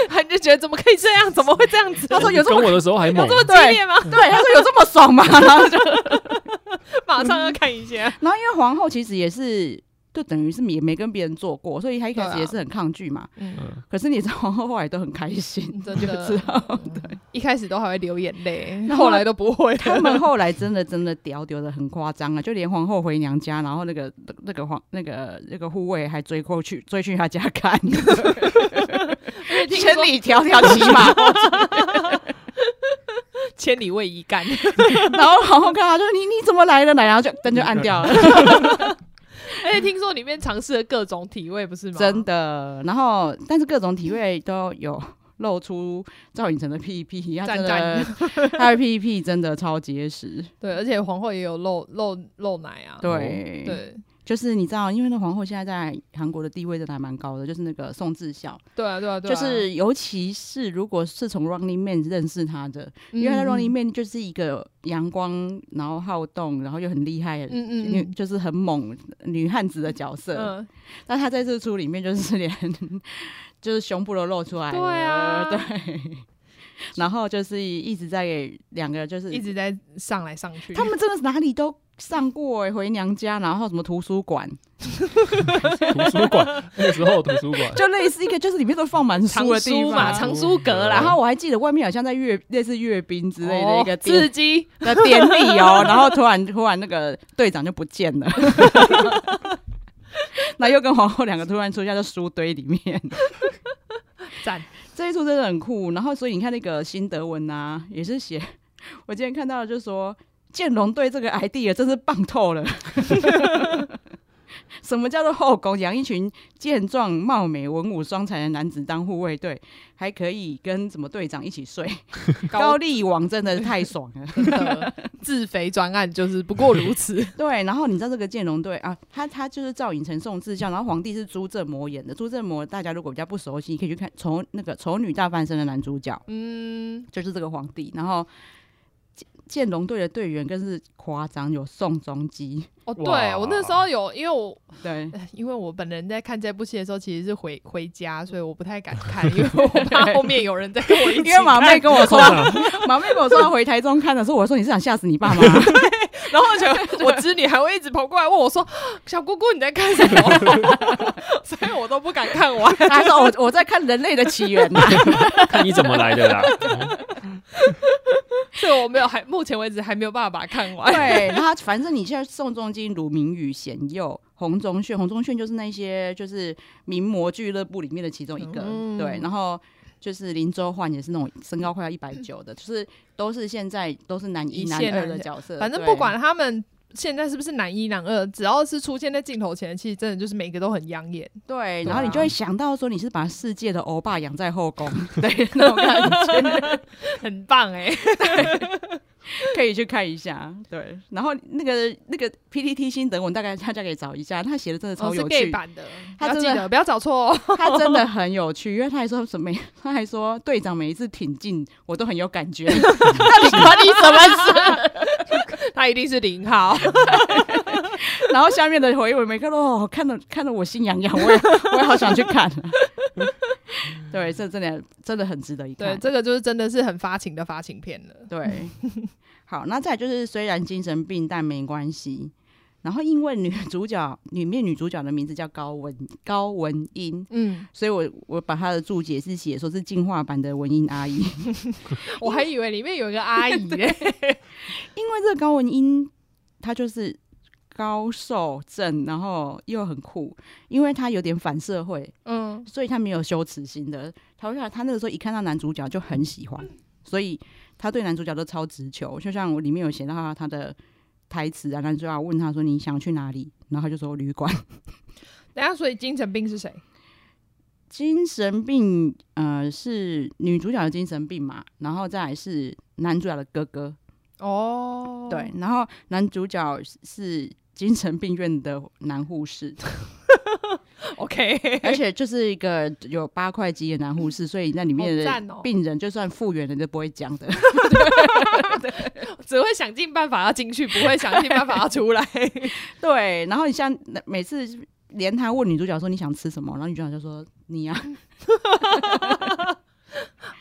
Speaker 1: 他就觉得怎么可以这样，怎么会这样子？
Speaker 2: 他说有这
Speaker 3: 跟
Speaker 2: 么
Speaker 3: 我的时候还猛，啊
Speaker 1: 这么激烈吗？
Speaker 2: 对，他说有这么 爽吗？然后就
Speaker 1: 马上要看一下。
Speaker 2: 然后因为皇后其实也是就等于是也没跟别人做过，所以他一开
Speaker 1: 对
Speaker 2: 始
Speaker 1: 啊
Speaker 2: 也是很抗拒嘛。
Speaker 1: 嗯，
Speaker 3: 嗯，
Speaker 2: 可是你知道，后来都很开 心，
Speaker 1: 真
Speaker 2: 就
Speaker 1: 的
Speaker 2: 知道。
Speaker 1: 一开始都还会流眼泪，
Speaker 2: 然后
Speaker 1: 后来都不会
Speaker 2: 他
Speaker 1: 了。
Speaker 2: 们后来真的真的屌屌的很夸张啊，就连皇后回娘家，然后那个那个皇那个那个护卫还追过去追去他家看，
Speaker 1: 听说
Speaker 2: 里迢迢骑马过去，
Speaker 1: 千里为一干，
Speaker 2: 然后皇后看他说你你怎么来了，然后就灯就按掉了，
Speaker 1: 而且听说里面尝试了各种体位，不是吗？
Speaker 2: 真的。然后但是各种体位都有。露出赵寅成的屁屁，他真的， 他的屁屁真的超结实。
Speaker 1: 对，而且皇后也有露露露奶啊。
Speaker 2: 对，
Speaker 1: 对
Speaker 2: 就是你知道，因为那皇后现在在韩国的地位真的还蛮高的，就是那个宋智孝，
Speaker 1: 对啊，对啊，对
Speaker 2: 就
Speaker 1: 啊，
Speaker 2: 是尤其是如果是从 Running Man 认识他的，
Speaker 1: 嗯
Speaker 2: 因为他在 Running Man 就是一个阳光，然后好动，然后又很厉害，
Speaker 1: 嗯嗯
Speaker 2: 女
Speaker 1: 嗯
Speaker 2: 就是很猛女汉子的角色。
Speaker 1: 嗯，
Speaker 2: 但他在这出里面就是连就是胸部都露出来了，
Speaker 1: 对啊
Speaker 2: 对。 然后就是一直在给两个就是
Speaker 1: 一直在上来上去。
Speaker 2: 他们真的是哪里都上过、欸，回娘家，然后什么图书馆，
Speaker 3: 图书馆那个时候图书馆，
Speaker 2: 就类似一个就是里面都放满
Speaker 1: 藏
Speaker 2: 书的地
Speaker 1: 书嘛，
Speaker 2: 方。
Speaker 1: 藏书阁啦，
Speaker 2: 然后我还记得外面好像在阅类似阅兵之类的一个
Speaker 1: 哦
Speaker 2: 店
Speaker 1: 刺激，
Speaker 2: 的典礼哦，然后突然突然那个队长就不见了，那又跟皇后两个突然出现在书堆里面，
Speaker 1: 赞。
Speaker 2: 这一出真的很酷。然后所以你看那个辛德文啊，也是写，我今天看到的就说建龙对这个 idea 真是棒透了。什么叫做后宫？养一群健壮、貌美、文武双全的男子当护卫队，还可以跟什么队长一起睡？高丽王真的是太爽了。
Speaker 1: 真的 自肥专案就是不过如此。
Speaker 2: 对，然后你知道这个建龙队啊，他他就是赵寅成、宋智孝，然后皇帝是朱振模演的。朱振模大家如果比较不熟悉，可以去看《丑那个丑女大翻身》的男主角，
Speaker 1: 嗯，
Speaker 2: 就是这个皇帝。然后建建龙队的队员更是夸张，有宋仲基，
Speaker 1: 哦，对
Speaker 3: 哇
Speaker 1: 我那时候有，因为我
Speaker 2: 对，
Speaker 1: 呃因为我本人在看这部戏的时候其实是回回家，所以我不太敢看，因为 我怕后面有人在跟我一 起
Speaker 2: 因为马
Speaker 1: 看
Speaker 2: 妹跟 我说
Speaker 3: 空，啊
Speaker 2: 马妹跟我说她回台中看的时候，我说你是想吓死你爸妈？
Speaker 1: 然后我 就我侄女还会一直跑过来问我说：“小姑姑你在看什么？” 所以我都不敢看完。
Speaker 2: 她说我我在看《人类的起源》呐。
Speaker 3: 看你怎么来的啦。 哦
Speaker 1: 所以我没有还目前为止还没有办法把它看完。
Speaker 2: 对，然后反正你现在宋仲基、鲁明宇、贤佑、洪忠炫，洪忠炫就是那些就是名模俱乐部里面的其中一个，
Speaker 1: 嗯
Speaker 2: 对，然后。就是林周焕也是那种身高快要一百九的，就是都是现在都是男一
Speaker 1: 一
Speaker 2: 男
Speaker 1: 线
Speaker 2: 二
Speaker 1: 男
Speaker 2: 的
Speaker 1: 二
Speaker 2: 角色，
Speaker 1: 反正
Speaker 2: 对
Speaker 1: 不管他们现在是不是男一男二，只要是出现在镜头前，其实真的就是每个都很养 眼。对
Speaker 2: 对，然后你
Speaker 1: 啊
Speaker 2: 就会想到说你是把世界的欧巴养在后 宫，对那种感觉。
Speaker 1: 很棒哎、
Speaker 2: 可以去看一下。对，然后那个那个 PPT 新等我大概大家可以找一下，他写的真的超
Speaker 1: 哦是
Speaker 2: 有
Speaker 1: gay
Speaker 2: 趣，
Speaker 1: 版的，不
Speaker 2: 他
Speaker 1: 要
Speaker 2: 真
Speaker 1: 记
Speaker 2: 的
Speaker 1: 得不要找错、哦。
Speaker 2: 他真的很有趣，因为他还说什么，他还说队长每一次挺进我都很有感觉， 那你管你什么事？
Speaker 1: 他一定是零号，
Speaker 2: 然后下面的回我没看到，哦，看得看得我心痒痒，我也我也好想去看、 啊。对，这真的真的很值得一
Speaker 1: 对，
Speaker 2: 看。
Speaker 1: 这个就是真的是很发情的发情片了。
Speaker 2: 对，好，那再来就是虽然精神病，但没关系。然后因为女主角里面女主角的名字叫高文高文英，
Speaker 1: 嗯，
Speaker 2: 所以我我把她的注解是写说是进化版的文英阿姨。
Speaker 1: 我还以为里面有一个阿姨嘞、
Speaker 2: 因为这个高文英，她就是高瘦正，然后又很酷，因为她有点反社会，
Speaker 1: 嗯，
Speaker 2: 所以她没有羞耻心的。她说她那个时候一看到男主角就很喜欢，所以她对男主角都超直球。就像我里面有写到她的台词啊，男主角问她说你想去哪里，然后她就说旅馆。
Speaker 1: 等一下，所以精神病是谁？
Speaker 2: 精神病，呃，是女主角的精神病嘛，然后再来是男主角的哥哥，
Speaker 1: 哦，
Speaker 2: 对，，然后男主角是精神病院的男护士，
Speaker 1: OK，
Speaker 2: 而且就是一个有八块肌的男护士，所以那里面
Speaker 1: 好
Speaker 2: 的
Speaker 1: 赞哦
Speaker 2: 病人就算复原了都不会讲 的。
Speaker 1: 只会想尽办法要进去，不会想尽办法要出来。
Speaker 2: 对，然后你像每次啊 连他问女主角说你想吃什么，然后女主角就说你呀、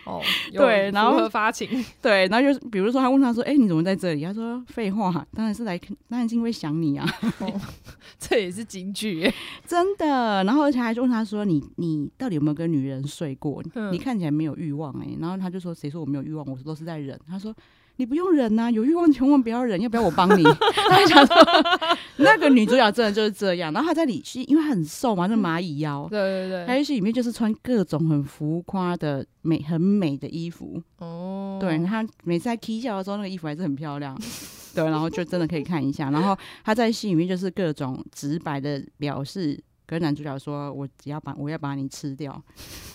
Speaker 1: 哦， 有
Speaker 2: 对然后
Speaker 1: 符合发情，
Speaker 2: 对，然后就是比如说他问他说：“哎、你怎么在这里？”他说：“废话，当然是来，当然是因为 想你啊，
Speaker 1: 这也是金句耶。
Speaker 2: 真的。”然后而且还问他说：“你你到底有没有跟女人睡过？
Speaker 1: 嗯
Speaker 2: 你看起来没有欲望哎、然后他就说：“谁说我没有欲望？我说都是在忍。”他说。你不用忍呐、啊有欲望千万不要忍，要不要我帮你？ 他就想说，那个女主角真的就是这样。然后她在里戏，因为她很瘦嘛，那蚂蚁腰，
Speaker 1: 对对
Speaker 2: 她
Speaker 1: 对，
Speaker 2: 在戏里面就是穿各种很浮夸的美、很美的衣服，
Speaker 1: 哦，
Speaker 2: 对，她每次在 K 笑的时候，那个衣服还是很漂亮。对，然后就真的可以看一下。然后她在戏里面就是各种直白的表示，跟男主角说：“我只要把我要把你吃掉。”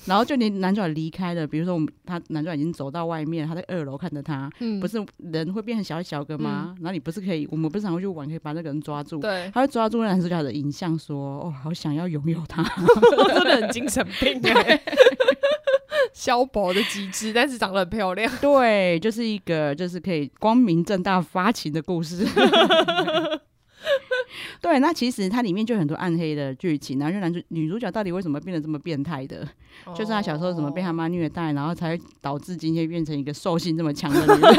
Speaker 2: 然后就连男主角离开了，比如说我们他男主角已经走到外面，他在二楼看着他，
Speaker 1: 嗯，
Speaker 2: 不是人会变成小小个吗？然后你不是可以，我们不是常会去玩，可以把那个人抓住。
Speaker 1: 对，
Speaker 2: 他会抓住那男主角的影像，说：“哦，好想要拥有他。
Speaker 1: 真的很精神病 哎，消薄的极致，但是长得很漂亮。”
Speaker 2: 对，就是一个就是可以光明正大发情的故 事。 对，那其实它里面就有很多暗黑的剧情，然后就男主女主角到底为什么变得这么变态的？就是她小时候怎么被她妈虐待，然后才会导致今天变成一个兽性这么强的女人。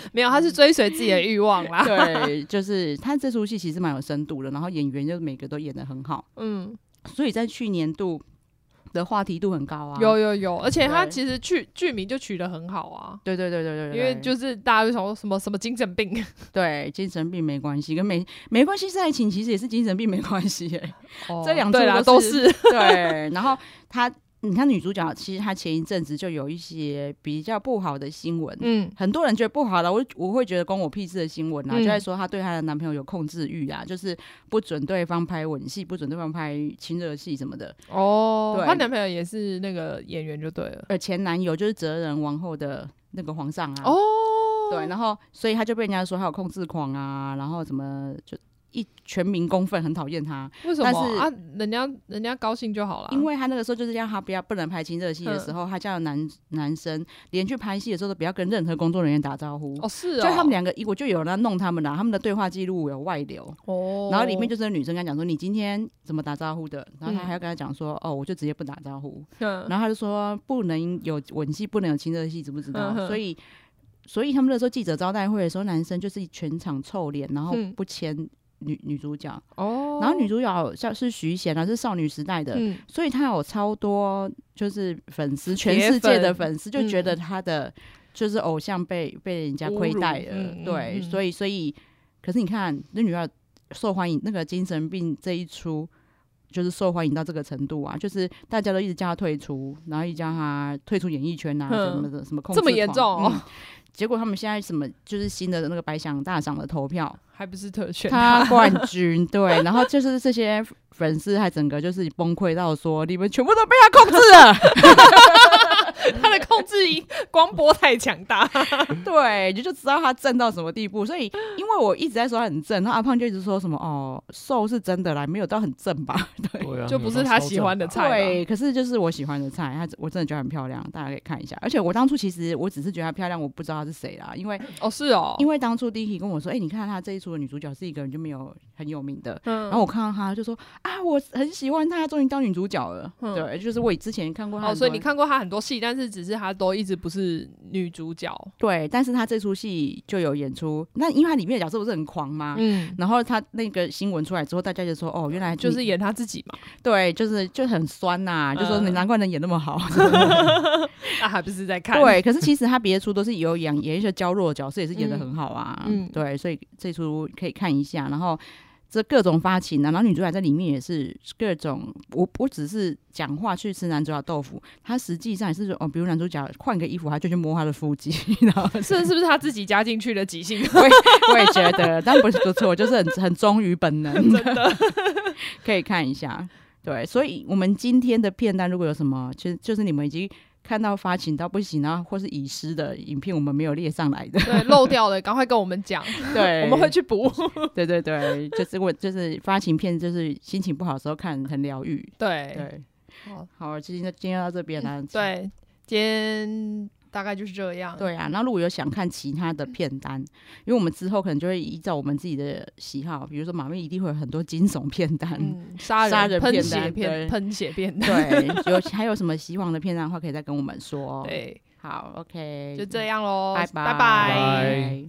Speaker 1: 没有，他是追随自己的欲望啦。
Speaker 2: 对，就是她这出戏其实蛮有深度的，然后演员就每个都演得很好，
Speaker 1: 嗯，
Speaker 2: 所以在去年度的话题度很高啊。
Speaker 1: 有，有有，而且他
Speaker 2: 对
Speaker 1: 其实剧剧名就取得很好啊，
Speaker 2: 对对对对对对，
Speaker 1: 因为就是大家就想说什么什么精神病，
Speaker 2: 对精神病没关系，跟没没关系是爱情，其实也是精神病没关系耶。
Speaker 1: 哦
Speaker 2: 这 两
Speaker 1: 对啦
Speaker 2: 处
Speaker 1: 都
Speaker 2: 都
Speaker 1: 是
Speaker 2: 是 对，然后她，你看女主角，其实她前一阵子就有一些比较不好的新闻，
Speaker 1: 嗯
Speaker 2: 很多人觉得不好了，我我会觉得关我屁事的新闻啊，
Speaker 1: 嗯
Speaker 2: 就在说她对她的男朋友有控制欲啊，就是不准对方拍吻戏，不准对方拍亲热戏什么的。
Speaker 1: 哦，
Speaker 2: 对
Speaker 1: 她男朋友也是那个演员就对了
Speaker 2: 而前男友就是哲仁王后的那个皇上啊，
Speaker 1: 哦，
Speaker 2: 对，然后所以她就被人家说她有控制狂啊，然后怎么就一全民公愤，很讨厌她。
Speaker 1: 为什么
Speaker 2: 但是
Speaker 1: 啊？人家人家高兴就好了，
Speaker 2: 因为他那个时候就是叫他不要不能拍亲热戏的时候，他叫男男生连去拍戏的时候都不要跟任何工作人员打招呼。
Speaker 1: 哦是
Speaker 2: 就
Speaker 1: 哦，
Speaker 2: 他们两个，我就有人在弄他们啦，他们的对话记录有外流，
Speaker 1: 哦，
Speaker 2: 然后里面就是女生跟他讲说你今天怎么打招呼的，然后他
Speaker 1: 嗯
Speaker 2: 还要跟他讲说、哦，我就直接不打招呼，
Speaker 1: 嗯
Speaker 2: 然后他就说不能有吻戏，不能有亲热戏，知不知道？
Speaker 1: 嗯哼
Speaker 2: 所以，所以他们那时候记者招待会的时候，男生就是全场臭脸，然后
Speaker 1: 嗯
Speaker 2: 不签女女主角，
Speaker 1: 哦，
Speaker 2: 然后女主角像是徐贤啊，是少女时代的，
Speaker 1: 嗯
Speaker 2: 所以他有超多就是粉丝，
Speaker 1: 铁
Speaker 2: 全
Speaker 1: 粉
Speaker 2: 世界的粉丝就
Speaker 1: 嗯
Speaker 2: 觉得他的就是偶像被被人家亏待
Speaker 1: 侮辱
Speaker 2: 了
Speaker 1: 嗯，嗯
Speaker 2: 对，
Speaker 1: 嗯
Speaker 2: 所以所以可是你看那女二受欢迎，那个精神病这一出。就是受欢迎到这个程度啊，就是大家都一直叫他退出，然后一直叫他退出演艺圈啊，
Speaker 1: 嗯
Speaker 2: 什么的，什么控制
Speaker 1: 这么严
Speaker 2: 狂
Speaker 1: 重哦
Speaker 2: 嗯结果他们现在什么就是新的那个白想大赏的 投票，
Speaker 1: 还不是特选
Speaker 2: 他冠军，对，然后就是这些粉丝还整个就是崩溃到说，你们全部都被他控制了，
Speaker 1: 他的控制音光波太强大，
Speaker 2: 对，你就知道他震到什么地步。所 以，因为我一直在说他很正，然后阿胖就一直说什么哦，瘦是真的啦，没有到很正 吧？
Speaker 3: 对啊，
Speaker 1: 就不是他喜欢的
Speaker 3: 菜。
Speaker 1: 菜嘛。
Speaker 2: 对，可是就是我喜欢的菜，他我真的觉得很漂亮，大家可以看一下。而且我当初其实我只是觉得她漂亮，我不知道她是谁啦，因为
Speaker 1: 哦是哦，
Speaker 2: 因
Speaker 1: 为
Speaker 2: 为当初 Dicky 跟我说，哎、你看她这一出的女主角是一个人就没有很有名的，
Speaker 1: 嗯
Speaker 2: 然后我看到她就说啊，我很喜欢她，终于当女主角了。
Speaker 1: 嗯
Speaker 2: 对，就是我之前看过她
Speaker 1: 哦，
Speaker 2: 很多，
Speaker 1: 所以你看过她很多戏，但是只是她都一直不是女主角。
Speaker 2: 对，但是她这出戏就有演出，那因为她里面的角色不是很狂吗？
Speaker 1: 嗯，
Speaker 2: 然后她那个新闻出来之后，大家就说哦，原来
Speaker 1: 就
Speaker 2: 你
Speaker 1: 是演她自己嘛，
Speaker 2: 对，就是就很酸呐、就说
Speaker 1: 嗯
Speaker 2: 你难怪能演那么好。
Speaker 1: 那啊还不是在看？，
Speaker 2: 对，可是其实她别的出都是有演演一些娇弱的角色，也是演的
Speaker 1: 嗯
Speaker 2: 很好啊。
Speaker 1: 嗯
Speaker 2: 对，所以这出可以看一下，然后。这各种发情啊，然后女主角在里面也是各种，我我只是讲话去吃男主角豆腐，她实际上也是说哦，比如男主角换个衣服，她就去摸他的腹肌， 然后
Speaker 1: 是是不是她自己加进去的即兴？
Speaker 2: 我也 我也觉得，但不是不错，就是很很忠于本能，真的 可以看一下。对，所以我们今天的片单如果有什么，就就是你们已经看到发情到不行啊，或是遗失的影片，我们没有列上来 的，
Speaker 1: 对，漏掉的赶快跟我们 讲，
Speaker 2: 对，
Speaker 1: 我们会，去补。
Speaker 2: 对对对，就是我就是发情片，就是心情不好的时候看很疗愈。
Speaker 1: 对
Speaker 2: 对，
Speaker 1: 好
Speaker 2: 好，今天就今天就到这边啦、
Speaker 1: 对，今天大概就是这样。
Speaker 2: 对啊，那如果有想看其他的片单，因为我们之后可能就会依照我们自己的喜好，比如说马妹一定会有很多惊悚片单，
Speaker 1: 嗯，杀
Speaker 2: 杀
Speaker 1: 人、
Speaker 2: 人
Speaker 1: 喷
Speaker 2: 片
Speaker 1: 血
Speaker 2: 单对
Speaker 1: 片、喷血 片，
Speaker 2: 对，有还有什么希望的片段的话，可以再跟我们说。，哦
Speaker 1: 对，
Speaker 2: 好，OK，
Speaker 1: 就这，样喽，
Speaker 2: 哦拜
Speaker 1: 哦拜
Speaker 3: 拜
Speaker 1: 拜。